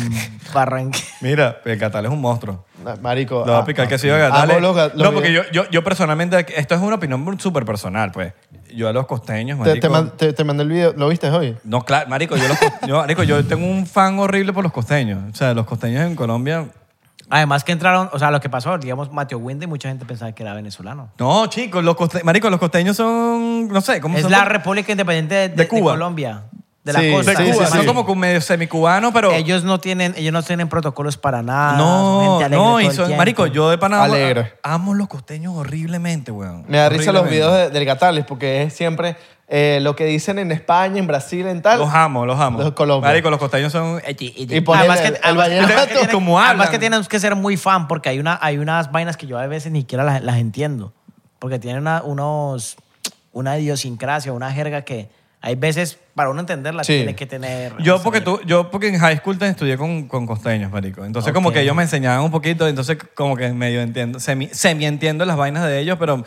Barranquilla. Mira, el Gatal es un monstruo. No, Marico. Lo va ah, a picar que ah, se iba a amo Gatales. los ga- los No, porque yo, videos. yo, yo personalmente, esto es una opinión súper personal, pues. Yo a los costeños, Te, te marico. man- te- te mandé el video, ¿lo viste hoy? No, claro, marico, yo, los co- yo, marico, yo tengo un fan horrible por los costeños. O sea, los costeños en Colombia... Además que entraron, o sea, lo que pasó, digamos, Mateo Windy, mucha gente pensaba que era venezolano. No, chicos, los coste... marico, los costeños son... No sé, ¿cómo Es son? la República Independiente de, de- De Cuba. de Colombia, de la Sí, de costa. sí, Cuba. sí, Son sí. como que medio semicubanos, pero... Ellos no tienen, ellos no tienen protocolos para nada. son No, gente alegre todo no, y el son, tiempo. marico, yo de Panamá Alegre. amo los costeños horriblemente, weón. Me da risa los Horriblemente. videos de- del Gatales porque es siempre eh, lo que dicen en España, en Brasil, en tal. Los amo, los amo. Los Colombia. Marico, los costeños son... Y ponen además que, el- el además- vallenato además que tienen- como además hablan. que tienes que ser muy fan porque hay, una, hay unas vainas que yo a veces ni siquiera las, las entiendo. Porque tienen una, unos, una idiosincrasia, una jerga que hay veces para uno entenderla Sí. tiene que tener... Yo porque, tú, yo porque en high school te estudié con, con costeños, marico. Entonces como Ok. que ellos me enseñaban un poquito, entonces como que medio entiendo, semi, semi entiendo las vainas de ellos, pero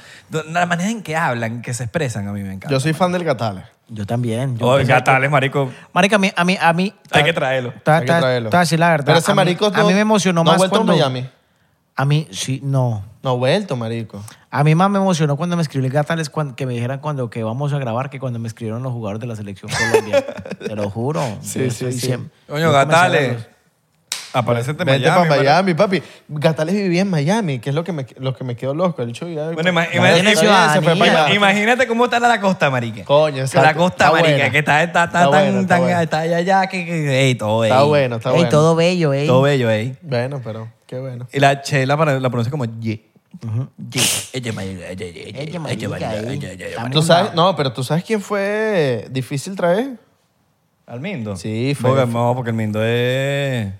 la manera en que hablan, que se expresan, a mí me encanta. Yo soy fan del Gatales. Yo también. Yo Oh, pensaba que- Gatales, marico, Marica, a mí, a mí, a mí hay que traerlo. Te voy a- Hay que te voy a- traerlo. te voy a decir la verdad. Pero ese a mí- marico A no- mí me emocionó no ha más vuelto a cuando... Miami. A mí, sí, no. No ha vuelto, marico. A mí más me emocionó cuando me escribió el Gatales cuan- que me dijeran cuando que vamos a grabar que cuando me escribieron los jugadores de la selección Colombia. Te lo juro. Sí, Yo sí, soy sí. siempre- Coño, yo Gatales, comencé aparecete en Vente Miami. para marico. Miami, papi. Gatales vivía en Miami, que es lo que me, lo que me quedó loco. El chuy. Bueno, ima- Está ima- ima- bien, se fue ciudadanía. para allá. Imagínate cómo está la costa, marica. Coño, exacto. La costa, Está marica, buena. que está, está, está Está tan, buena, está tan, buena. está allá, allá, que, que ey, todo, Está ey. bueno, está Ey, bueno. todo bello, ey. Todo bello, ey. Bueno, pero qué bueno. Y la chela para- la pronuncia como ye. Ella, marica, ey. Estamos- ¿Tú sabes? No, pero ¿tú sabes quién fue difícil traer? ¿Al Mindo? Sí, fue- Porque, no, porque el Mindo es.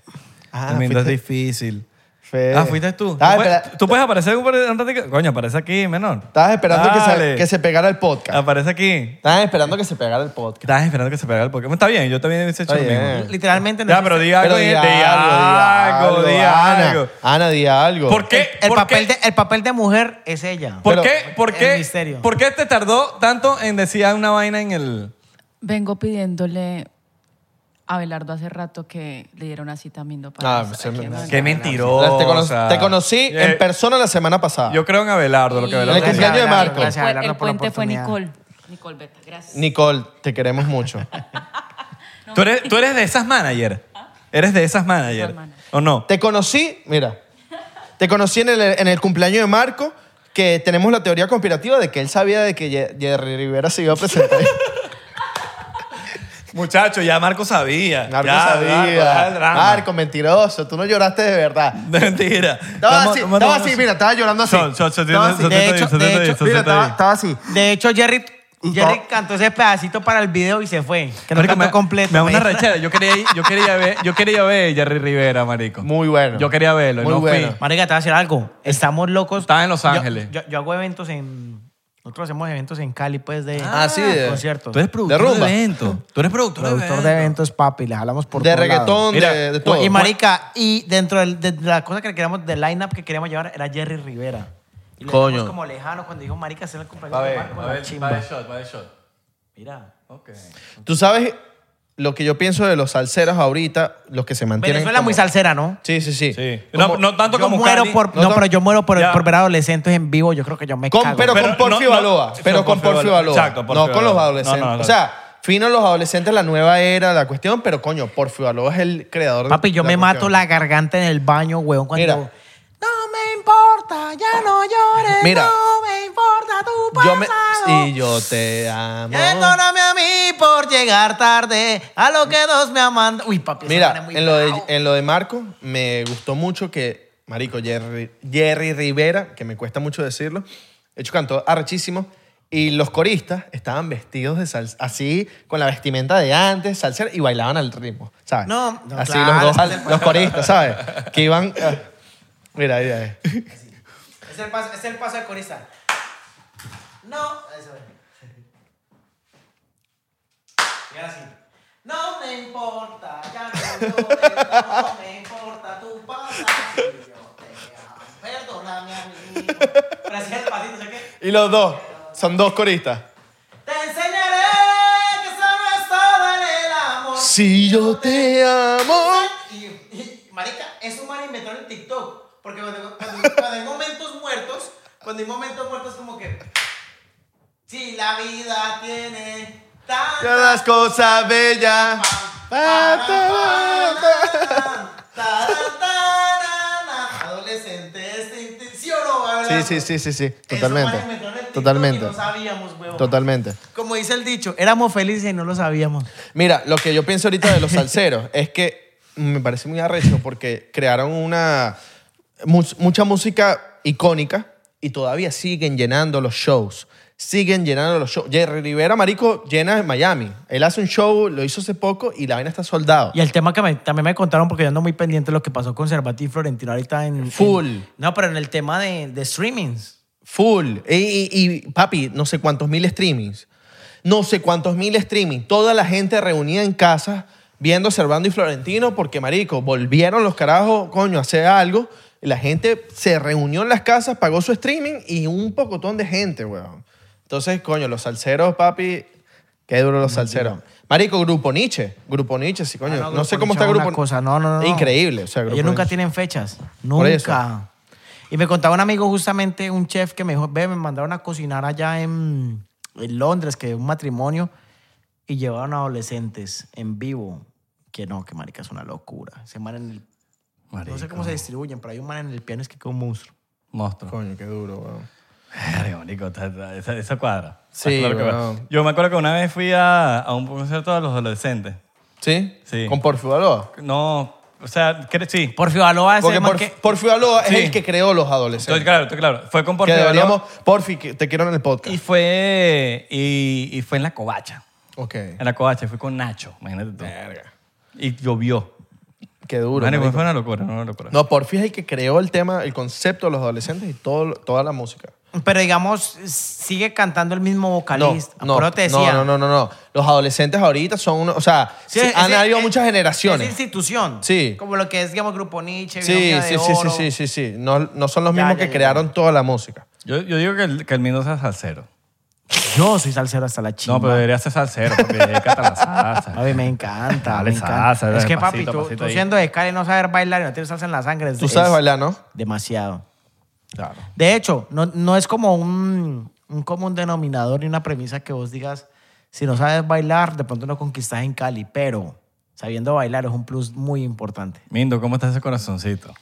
Ah, el Mindo fuiste- es difícil. Fue- Ah, fuiste tú. Ah, ¿Tú, puedes, espera. tú puedes aparecer un un ratito. Coño, aparece aquí, menor. Estabas esperando que se, Dale. Ah. que se pegara el podcast. Aparece aquí. Estabas esperando que se pegara el podcast. Estabas esperando que se pegara el Pokémon. Está bien, yo también hubiese hecho Está lo mismo. bien. Literalmente no Ya, existe- pero di algo. Pero di di algo, di algo, di Ana. algo. Ana, di algo. ¿Por qué? El ¿Por papel, qué? de, el papel de mujer es ella. ¿Por Pero- qué? ¿Por El qué? misterio. ¿Por qué te tardó tanto en decir una vaina en el. Vengo pidiéndole a Belardo hace rato que le diera una cita a Mindo para. Ah, estar se aquí me- en se Qué Venezuela. mentirosa. Te, cono- te conocí Eh, en persona la semana pasada. Yo creo en Abelardo, lo que Y- Abelardo. El dice. cumpleaños de Marco. El, Gracias, pu- Abelardo, el por la puente fue oportunidad. Nicole. Nicole Beta, gracias. Nicole, te queremos mucho. No, ¿Tú eres, tú eres de esas manager. ¿Ah? ¿Eres de esas manager? Esas manager. ¿O no? Te conocí, mira, te conocí en el, en el cumpleaños de Marco, que tenemos la teoría conspirativa de que él sabía de que Ye- Jerry Rivera se iba a presentar. Muchacho, ya Marco sabía. Marco Ya, Marco, ya el sabía. drama. Marco, mentiroso, tú no lloraste de verdad. Mentira. Estaba Vamos- así, vamos- estaba vamos- así, mira, estaba llorando así. Son, son, son, Estaba son, así. son, De son, hecho, son, son, de son, hecho, son, Mira, son, estaba, son. estaba así. De hecho, Jerry, Y Jerry to- cantó ese pedacito para el video y se fue. Que no Marico, cantó me- completo. pues. Me da una güey. rechera. Yo quería, ir- yo quería ver, yo quería ver a Jerry Rivera, marico. Muy bueno. Yo quería verlo, y Muy no fui. bueno. Marica, te voy a decir algo. Estamos locos. Estaba en Los Yo- Ángeles. Yo, yo hago eventos en... Nosotros hacemos eventos en Cali, pues, de Ah, sí, de- conciertos. Tú eres productor de, rumba. evento. Tú eres productor, productor de eventos, papi. Les hablamos por De todo lado. reggaetón, Mira, de, de todo. Y marica, y dentro del- de la cosa que queríamos, del lineup que queríamos llevar era Jerry Rivera. Y lo Coño. dejamos como lejano cuando dijo marica hacer el cumpleaños de Marco, la chimba. shot, va de shot. Mira. Tú sabes lo que yo pienso de los salseros ahorita, los que se mantienen. Venezuela es como- muy salsera, ¿no? Sí, sí, sí. Sí. Como- No, no tanto Yo como muero Cali. por, No, no, no. pero yo muero por, Ya. por ver adolescentes en vivo. Yo creo que yo me Con- cago. pero, Pero con Porfi no- no- Balboa. sí, pero con Porfi Balboa. Exacto, Porfi no con los Balboa. adolescentes. No, no, no. O sea, fino los adolescentes, la nueva era, la cuestión, pero coño, Porfi Balboa es el creador de Papi, yo la me cuestión. mato la garganta en el baño, weón, cuando... Mira. No me importa, ya no llores, Mira. no me importa tu pasado. Yo me, y yo te amo. Perdóname a mí por llegar tarde, a lo que dos me aman. Uy, papi, esa vaina es Mira, muy en lo, de, bravo. en lo de Marco, me gustó mucho que, marico, Jerry, Jerry Rivera, que me cuesta mucho decirlo, de hecho cantó arrechísimo, Y los coristas estaban vestidos de salsa, así, con la vestimenta de antes, salsero, y bailaban al ritmo, ¿sabes? No, no, Así claro, los dos, ese es el al- los coristas, ¿sabes? Que iban... ah, Mira, mira, mira. Es el paso, es el paso de corista. No. Eso es. Y ahora sí. No me importa, ya no, yo te amo, no me importa tu pasa. Yo te amo. Perdóname, amigo. Pero así es el pasito, ¿sabes qué? Y los dos, son dos coristas. Te enseñaré que eso no es todo en el amor. Si yo te amo... Y, y, marica, eso man inventó en el TikTok. Porque cuando, cuando- cuando hay momentos muertos, cuando hay momentos muertos, como que. Si la vida tiene Todas tantas. las cosas bellas. Pam, pam, taran, tarana, Adolescentes, sin- sin- ¿sí o no? Sí, ¿verdad? sí, sí, sí, sí. Eso man Totalmente. inventó en el TikTok y Totalmente. No sabíamos, huevón. Totalmente. Como dice el dicho, éramos felices y no lo sabíamos. Mira, lo que yo pienso ahorita de los salseros es que me parece muy arrecho porque crearon una mus- mucha música icónica y todavía siguen llenando los shows. Siguen llenando los shows. Jerry Rivera, marico, llena en Miami. Él hace un show, lo hizo hace poco y la vaina está soldado. Y el tema que me- también me contaron, porque yo ando muy pendiente de lo que pasó con Cervati y Florentino ahorita en... Full. en- no, pero en el tema de, de streamings. Full. Y, y- y, papi, no sé cuántos mil streamings. No sé cuántos mil streamings. Toda la gente reunida en casa viendo Servando y Florentino porque, marico, volvieron los carajos, coño, a hacer algo. Y La gente se reunió en las casas, pagó su streaming y un pocotón de gente, weón. Entonces, coño, los salseros, papi, qué duro los salseros. Marico, Grupo Nietzsche. Grupo Nietzsche, sí, coño. Ah, no, Grupo sé cómo Nietzsche está es una Grupo cosa. No, no, no. Increíble. O sea, Grupo Ellos nunca Nietzsche. tienen fechas. Por eso. Nunca. Y me contaba un amigo justamente, un chef, que me dijo, ve, me mandaron a cocinar allá en, en Londres, que es un matrimonio, y llevaron adolescentes en vivo. Que no, que marica, es una locura. Ese man en el... No sé cómo se distribuyen, pero hay un man en el piano es que es como un monstruo. Monstruo. Coño, qué duro, weón. Verga, marico, ta- ta- esa, esa cuadra. Sí, Claro que weón. va. Yo me acuerdo que una vez fui a, a un concierto de los adolescentes. ¿Sí? Sí. Con Porfibaló. No, o sea, que- sí. Porfio Aloha, ese Porque man Porf- que... Porfi Balboa Sí. es el que creó los adolescentes. Estoy claro, estoy claro. Fue con Porfi que Balboa deberíamos... Porfi, que te quiero en el podcast. y fue, y, y fue en la covacha. Ok. En la covacha, fui con Nacho, imagínate tú. Y llovió. Qué duro. Marico, marico. fue una locura, una locura. No, Porfi es el que creó el tema, el concepto de los adolescentes y todo, toda la música. Pero digamos, sigue cantando el mismo No, vocalista. no, Pero te no, decía, no, no, no, no. Los adolescentes ahorita son unos... O sea, Sí, sí, es- han es- habido es- muchas generaciones. Es institución. Sí. Como lo que es, digamos, Grupo Nietzsche. sí, sí, sí, sí, sí, sí, sí. No, no son los Ya, mismos ya, que ya. crearon toda la música. Yo, yo digo que el, que el Mendoza es salsero. Yo soy salsero hasta la chingada. No, pero debería ser salsero porque cata la salsa. A mí me encanta, Dale me encanta. salsa, dale, es que, papi, pasito, tú, pasito tú ahí. siendo de Cali no saber bailar y no tienes salsa en la sangre. es- Tú sabes es bailar, ¿no? Demasiado. Claro. De hecho, no, no es como un, un común denominador ni una premisa que vos digas, si no sabes bailar, de pronto no conquistas en Cali, pero sabiendo bailar es un plus muy importante. Mindo, ¿cómo está ese corazoncito?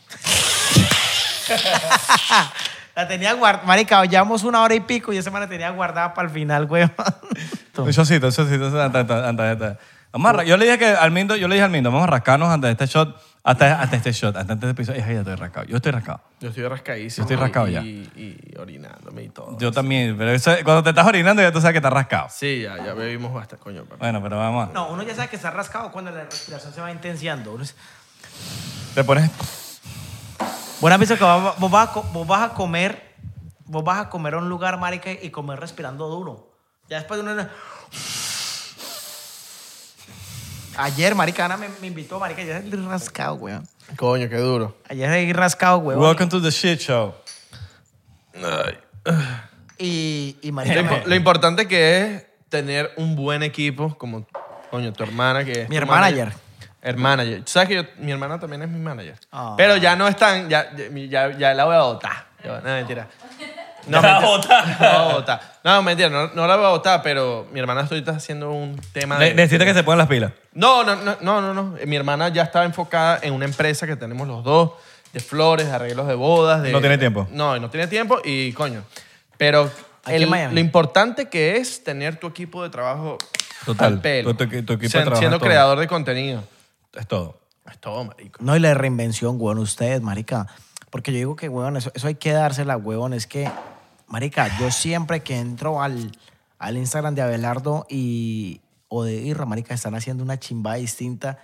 La tenía guardada. Marica, llevamos una hora y pico y esa semana tenía guardada para el final, güey. Un shotcito, un shotcito. antes- antes- antes de esta. Vamos a ra- yo le dije que al Mindo, yo le dije al Mindo, vamos a rascarnos antes de este shot, hasta, hasta este shot, hasta este episodio. Ay, ya estoy rascado. Yo estoy rascado. Yo estoy rascadísimo. Yo estoy rascado ya. y orinándome y todo. Yo también, pero eso- cuando te estás orinando ya tú sabes que estás rascado. Sí, ya, ya bebimos bastante, coño, papá. Bueno, pero vamos. a- No, uno ya sabe que está rascado cuando la respiración se va intensiando. Uno es- Te pones Vos has visto que va- vos vas, a, co- vos vas a comer, vos vas a comer a un lugar, marica, y comer respirando duro. Ya después de una... Ayer, marica, Ana me, me invitó, marica, ayer salí rascado, weón. Coño, qué duro. Ayer salí rascado, weón. Welcome to the shit show. Y, y Lo, marica, me- impo- lo importante que es tener un buen equipo, como coño, tu hermana que es. Mi tu hermana ayer. Hermana ayer. Tú sabes que yo- mi hermana también es mi manager. Ah. Pero ya no están, ya, ya, ya- ya la voy a votar. No, mentira. Ya No, la mentira. botaste. No, la voy a votar. No, mentira, no, no la voy a votar, pero mi hermana ahorita está haciendo un tema de. Ne- Necesita que se pongan las pilas. No, no, no, no, no, no. Mi hermana ya estaba enfocada en una empresa que tenemos los dos, de flores, de arreglos de bodas. de- No tiene tiempo. No, no tiene tiempo y coño. Pero Aquí en el- Miami. lo importante que es tener tu equipo de trabajo Total. al pelo. Tu- tu- tu equipo de Sien- trabajo Siendo es todo. creador de contenido. Es todo. Es todo, marico. No, y la reinvención, weón, ustedes, marica. Porque yo digo que, weón, eso, eso hay que dársela, weón. Es que, Marica, yo siempre que entro al, al Instagram de Abelardo y, o de Irra, Marica, están haciendo una chimba distinta.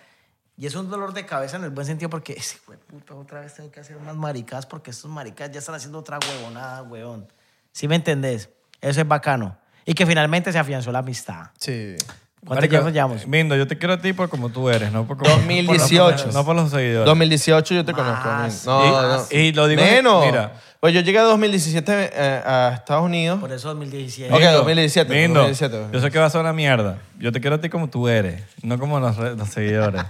Y es un dolor de cabeza en el buen sentido porque, ese puta, otra vez tengo que hacer unas maricas porque estos maricas ya están haciendo otra huevonada, huevón. ¿Sí me entendés? Eso es bacano. Y que finalmente se afianzó la amistad. Sí. ¿Cuántos Marico, años llevamos? Mindo, yo te quiero a ti por como tú eres, no por como- 2018. No por los seguidores. 2018 yo te conozco. Más. No, no. Y- y lo digo- Menos. mira. Pues yo llegué a 2017 eh, a Estados Unidos. Por eso 2017. Ok, Mindo, 2017, Mindo, 2017. Yo sé que va a sonar mierda. Yo te quiero a ti como tú eres, no como los, re- los seguidores.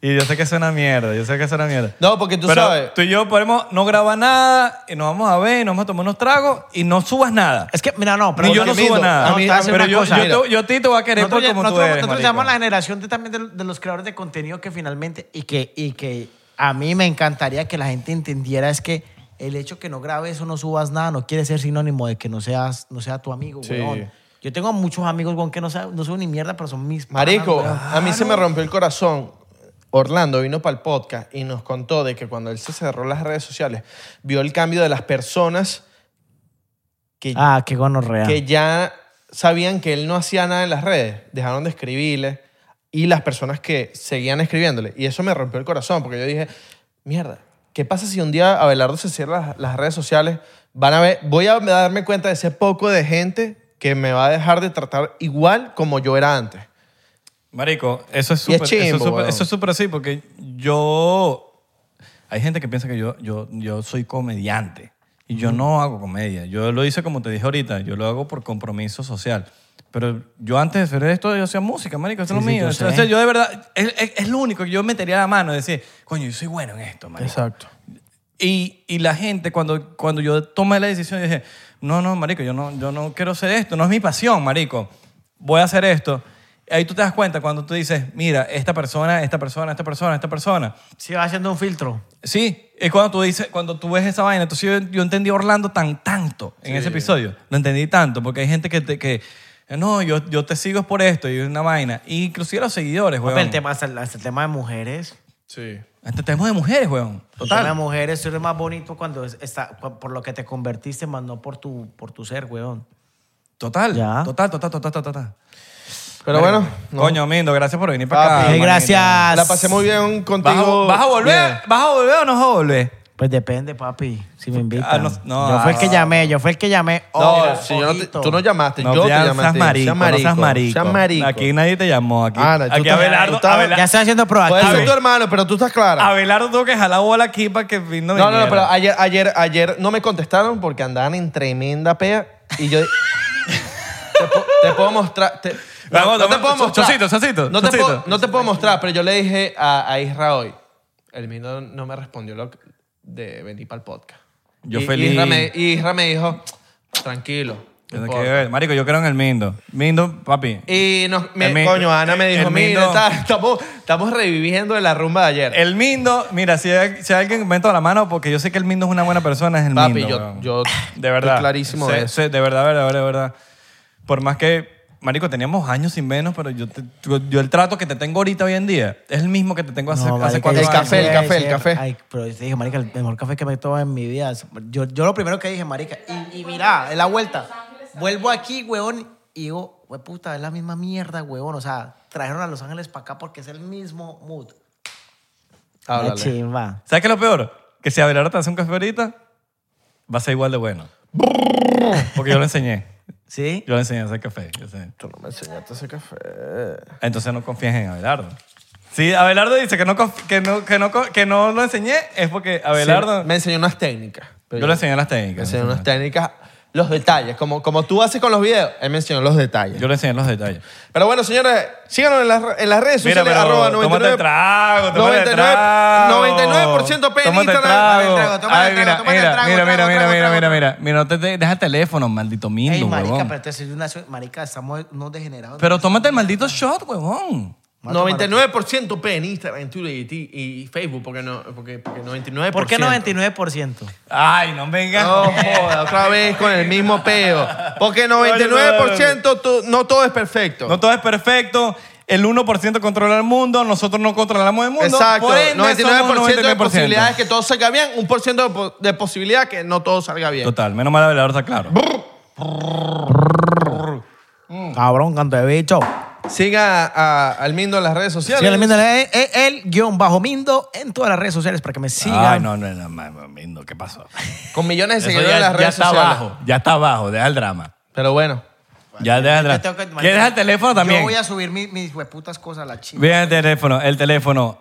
y yo sé que suena mierda, yo sé que suena mierda. No, porque tú Pero sabes. Tú y yo podemos no grabar nada, y nos vamos a ver, y nos vamos a tomar unos tragos y no subas nada. Es que, mira, no, pero Ni yo porque- no subo Mindo, nada. a mí- No, te voy a hacer pero una yo- cosa. yo yo, te- te, voy a querer Nosotros, por como nosotros- tú eres. nosotros llamamos la generación de- también de, de los creadores de contenido que finalmente, y que, y que a mí me encantaría que la gente entendiera es que el hecho que no grabes o no subas nada no quiere ser sinónimo de que no seas no sea tu amigo, Sí. weón. Yo tengo muchos amigos, weón, que no, saben- no suben ni mierda, pero son mis panas, Marico, weón. a mí se me rompió el corazón. Orlando vino para el podcast y nos contó de que cuando él se cerró las redes sociales, vio el cambio de las personas que, Ah, qué gonorrea. que ya sabían que él no hacía nada en las redes, dejaron de escribirle y las personas que seguían escribiéndole. Y eso me rompió el corazón porque yo dije, mierda, ¿qué pasa si un día Abelardo se cierra las, las redes sociales? Van a ver, voy a darme cuenta de ese poco de gente que me va a dejar de tratar igual como yo era antes. Marico, eso es Y es súper. eso, es chimbo, súper- weón. eso es súper así, porque yo. Hay gente que piensa que yo, yo, yo soy comediante. Y yo no hago comedia. Yo lo hice como te dije ahorita. Yo lo hago por compromiso social. Pero yo antes de hacer esto, yo hacía música, marico. Eso es Sí, lo sí, mío. yo O sea, sé. yo de verdad... Es, es- es lo único que yo metería la mano. y decir, coño, yo soy bueno en esto, marico. Exacto. Y, y la gente, cuando, cuando yo tomé la decisión, dije, no, no, marico, yo no, yo no quiero hacer esto, no es mi pasión, marico, voy a hacer esto. Ahí tú te das cuenta cuando tú dices, mira, esta persona, esta persona, esta persona, esta persona. Sí, va haciendo un filtro. Sí, es cuando tú dices, cuando tú ves esa vaina. Entonces yo, yo entendí a Orlando tan tanto en ese episodio. Lo entendí tanto porque hay gente que, te- que no, yo, yo te sigo por esto y es una vaina. Y inclusive los seguidores, Papi, weón. el tema, hasta, el- hasta el tema de mujeres. Sí. Hasta tenemos de mujeres, weón. Total. Las mujeres, tú eres más bonito cuando es- está, cu- por lo que te convertiste, más no por tu, por tu ser, weón. Total, Ya. total, total, total, total, total. Pero bueno, no. Coño, Mindo, gracias por venir Papi, para acá. Ey, manito. gracias. la pasé muy bien ¿Vas a, contigo. vas a volver? Bien. ¿Vas a volver o no vas a volver? Pues depende, papi, si me invitan. Ah, no, no, yo fui ah, el que llamé, yo fui el que llamé. Oh, No, Ojo, si yo no te- ojito. tú no llamaste, No, yo te ya llamé. a seas ti. marico, no seas marico. Seas marico. Aquí nadie te llamó. Aquí, Ahora, tú aquí estás- Abelardo, tú estás- Abelardo, Ya está haciendo Puede ser tu proactivo. hermano, pero tú estás clara. Abelardo tuvo que jalar bola aquí para que Mindo No, no, viniera. no, pero ayer, ayer, ayer no me contestaron porque andaban en tremenda pea y yo... te, po- te puedo mostrar... te- no, Vamos, no te vamos, puedo cho- mostrar. chocito, chocito, no, te chocito. puedo, no te puedo mostrar, pero yo le dije a, a Isra hoy. El mío no me respondió lo que- de venir para el podcast. Yo Y- y feliz. Isra me, y Isra me dijo, tranquilo. no Tiene que importa". ver. Marico, yo creo en el Mindo. Mindo, papi. Y nos, me- El mi- coño, Ana me el dijo, Mindo- mira, está- estamos, estamos reviviendo de la rumba de ayer. El Mindo, mira, si, hay- si alguien me toda la mano, porque yo sé que el Mindo es una buena persona, es el Papi, Mindo. yo- weón. yo de verdad. estoy clarísimo de Sé- eso. sé, de verdad, de verdad, de verdad. Por más que, marico, teníamos años sin menos, pero yo, te- yo, yo el trato que te tengo ahorita hoy en día es el mismo que te tengo hace, No, hace marica, cuatro yo años. El café, sí, el café, sí, el café. Ay, pero yo te dije, marica, el mejor café que me he tomado en mi vida. Yo, yo lo primero que dije, marica, y, y mira, es la vuelta. Vuelvo aquí, weón, y digo, we puta, es la misma mierda, weón. O sea, trajeron a Los Ángeles para acá porque es el mismo mood. Una Háblale. chimba. ¿Sabes qué es lo peor? Que si Abelardo te hace un café ahorita, va a ser igual de bueno. Porque yo lo enseñé. ¿Sí? Yo le enseñé a hacer café. yo sé. Tú no me enseñaste ese café. Entonces no confíes en Abelardo. Si Abelardo dice que no, conf- que no, que no, co- que no lo enseñé, es porque Abelardo... Sí, me enseñó unas técnicas. pero yo le enseñé las técnicas. Me enseñó unas técnicas, los detalles. Como, como tú haces con los videos, él me enseñó los detalles. Yo le enseñé los detalles. Pero bueno, señores, síganos en las, en las redes Mira, sociales. pero arroba tómate el 99, trago, tómate el 99, trago. 99% P en Tómate el Instagram. trago. Tómate el trago, tómate el Ay, trago, mira, tómate el mira, mira, trago, trago, mira, trago, mira, trago, mira, mira, mira, no te, te- deja el teléfono, maldito Ey, mindo, marica, huevón. pero entonces una su- marica, estamos unos degenerados. Pero tómate el maldito shot, huevón. 99% P en Instagram, en Twitter y, ti- y Facebook, porque, no, porque, porque 99%. ¿Por qué 99%? Ay, no vengas. No joda, otra vez con el mismo peo. Porque 99% tú- no todo es perfecto. No todo es perfecto. el 1% controla el mundo, nosotros no controlamos el mundo. Exacto. por ende, 99%, somos un de 99%. posibilidades que todo salga bien, un por ciento de po- de posibilidad que no todo salga bien. Total, menos mal Abelardo está claro. Cabrón, canto de bicho. Siga a, al Mindo en las redes sociales. Síganle, Mindo, eh, eh, el guión bajo Mindo en todas las redes sociales para que me sigan. Ay, no, no, no, no, no, ¿qué pasó? Con millones de Eso seguidores ya, en las ya redes está sociales. abajo, ya está abajo, deja el drama. Pero bueno. Ya deja el Yo drama. tengo que- ¿Quieres el teléfono también? Yo voy a subir mi- mis hueputas cosas a la chica. Vean el teléfono, el teléfono.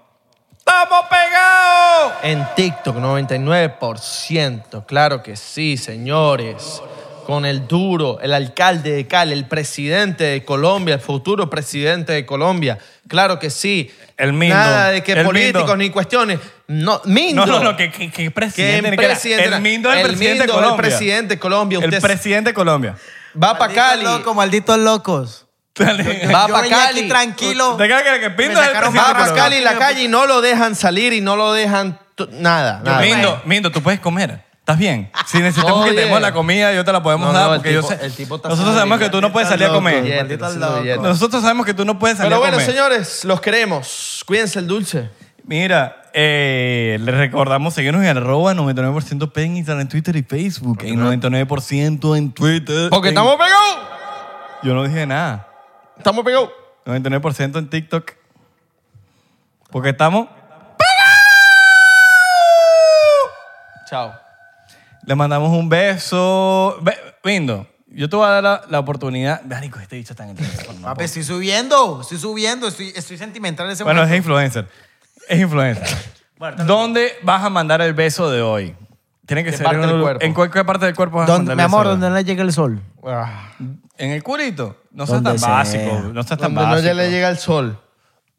¡Estamos pegados! En TikTok, 99%. Claro que sí, señores. Con el duro, el alcalde de Cali, el presidente de Colombia, el futuro presidente de Colombia. Claro que sí. El Mindo. Nada de que El políticos Mindo. ni cuestiones. No, Mindo. No, no, no, que, que, que presidente. ¿Qué ni que era. presidente? el Mindo es el, El presidente Mindo de es el Colombia. presidente de Colombia. El Usted- presidente de Colombia. Va para Cali. malditos locos. Va Yo pa' venía Cali. aquí tranquilo. ¿Te crees que- que Mindo es el presidente Va sacaron de barras, para Colombia? Cali la calle y no lo dejan salir y no lo dejan t- nada. nada. Mindo, Mindo, tú puedes comer. ¿Estás bien? Si necesitamos Todo que te bien. demos la comida, yo te la podemos No, no, dar el porque yo tipo- sé. el tipo está Nosotros haciendo sabemos que billete, tú no puedes salir a comer. Billete, Maldito haciendo loco. billete. Nosotros sabemos que tú no puedes salir Pero a bueno, comer. señores, los queremos. Cuídense el dulce. Mira, eh, les recordamos seguirnos en arroba 99% P en Instagram, en Twitter y Facebook. En 99% en Twitter. Porque en- estamos pegados. Yo no dije nada. Estamos pegados. 99% en TikTok. Porque estamos... Chao. Le mandamos un beso. Ve- Mindo, yo te voy a dar la, la oportunidad... Marico, este bicho está en el teléfono. no Papi, puedo. estoy subiendo, estoy subiendo, estoy, estoy sentimental en ese Bueno, es momento. influencer. Es influencer. Bueno, tal vez- ¿Dónde vas a mandar el beso de hoy? Tiene que ¿Qué ser parte en, del un- cuerpo? en cualquier parte del cuerpo. vas a Donde- mandar mi el beso amor, de hoy. donde no le llegue el sol. Ah, ¿En el culito? No seas tan Donde sea. básico. No seas tan Donde no básico. ya le llega el sol.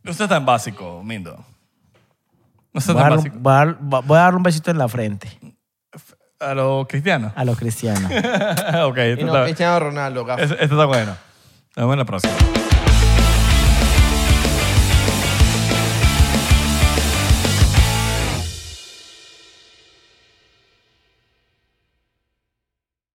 No seas tan básico, Mindo. No seas Voy a, tan dar, básico. voy a dar- voy a darle un besito en la frente A los cristianos. a los cristianos. ok, Y esto no, está, Cristiano Ronaldo, gafo. esto- esto está bueno. Nos vemos en la próxima.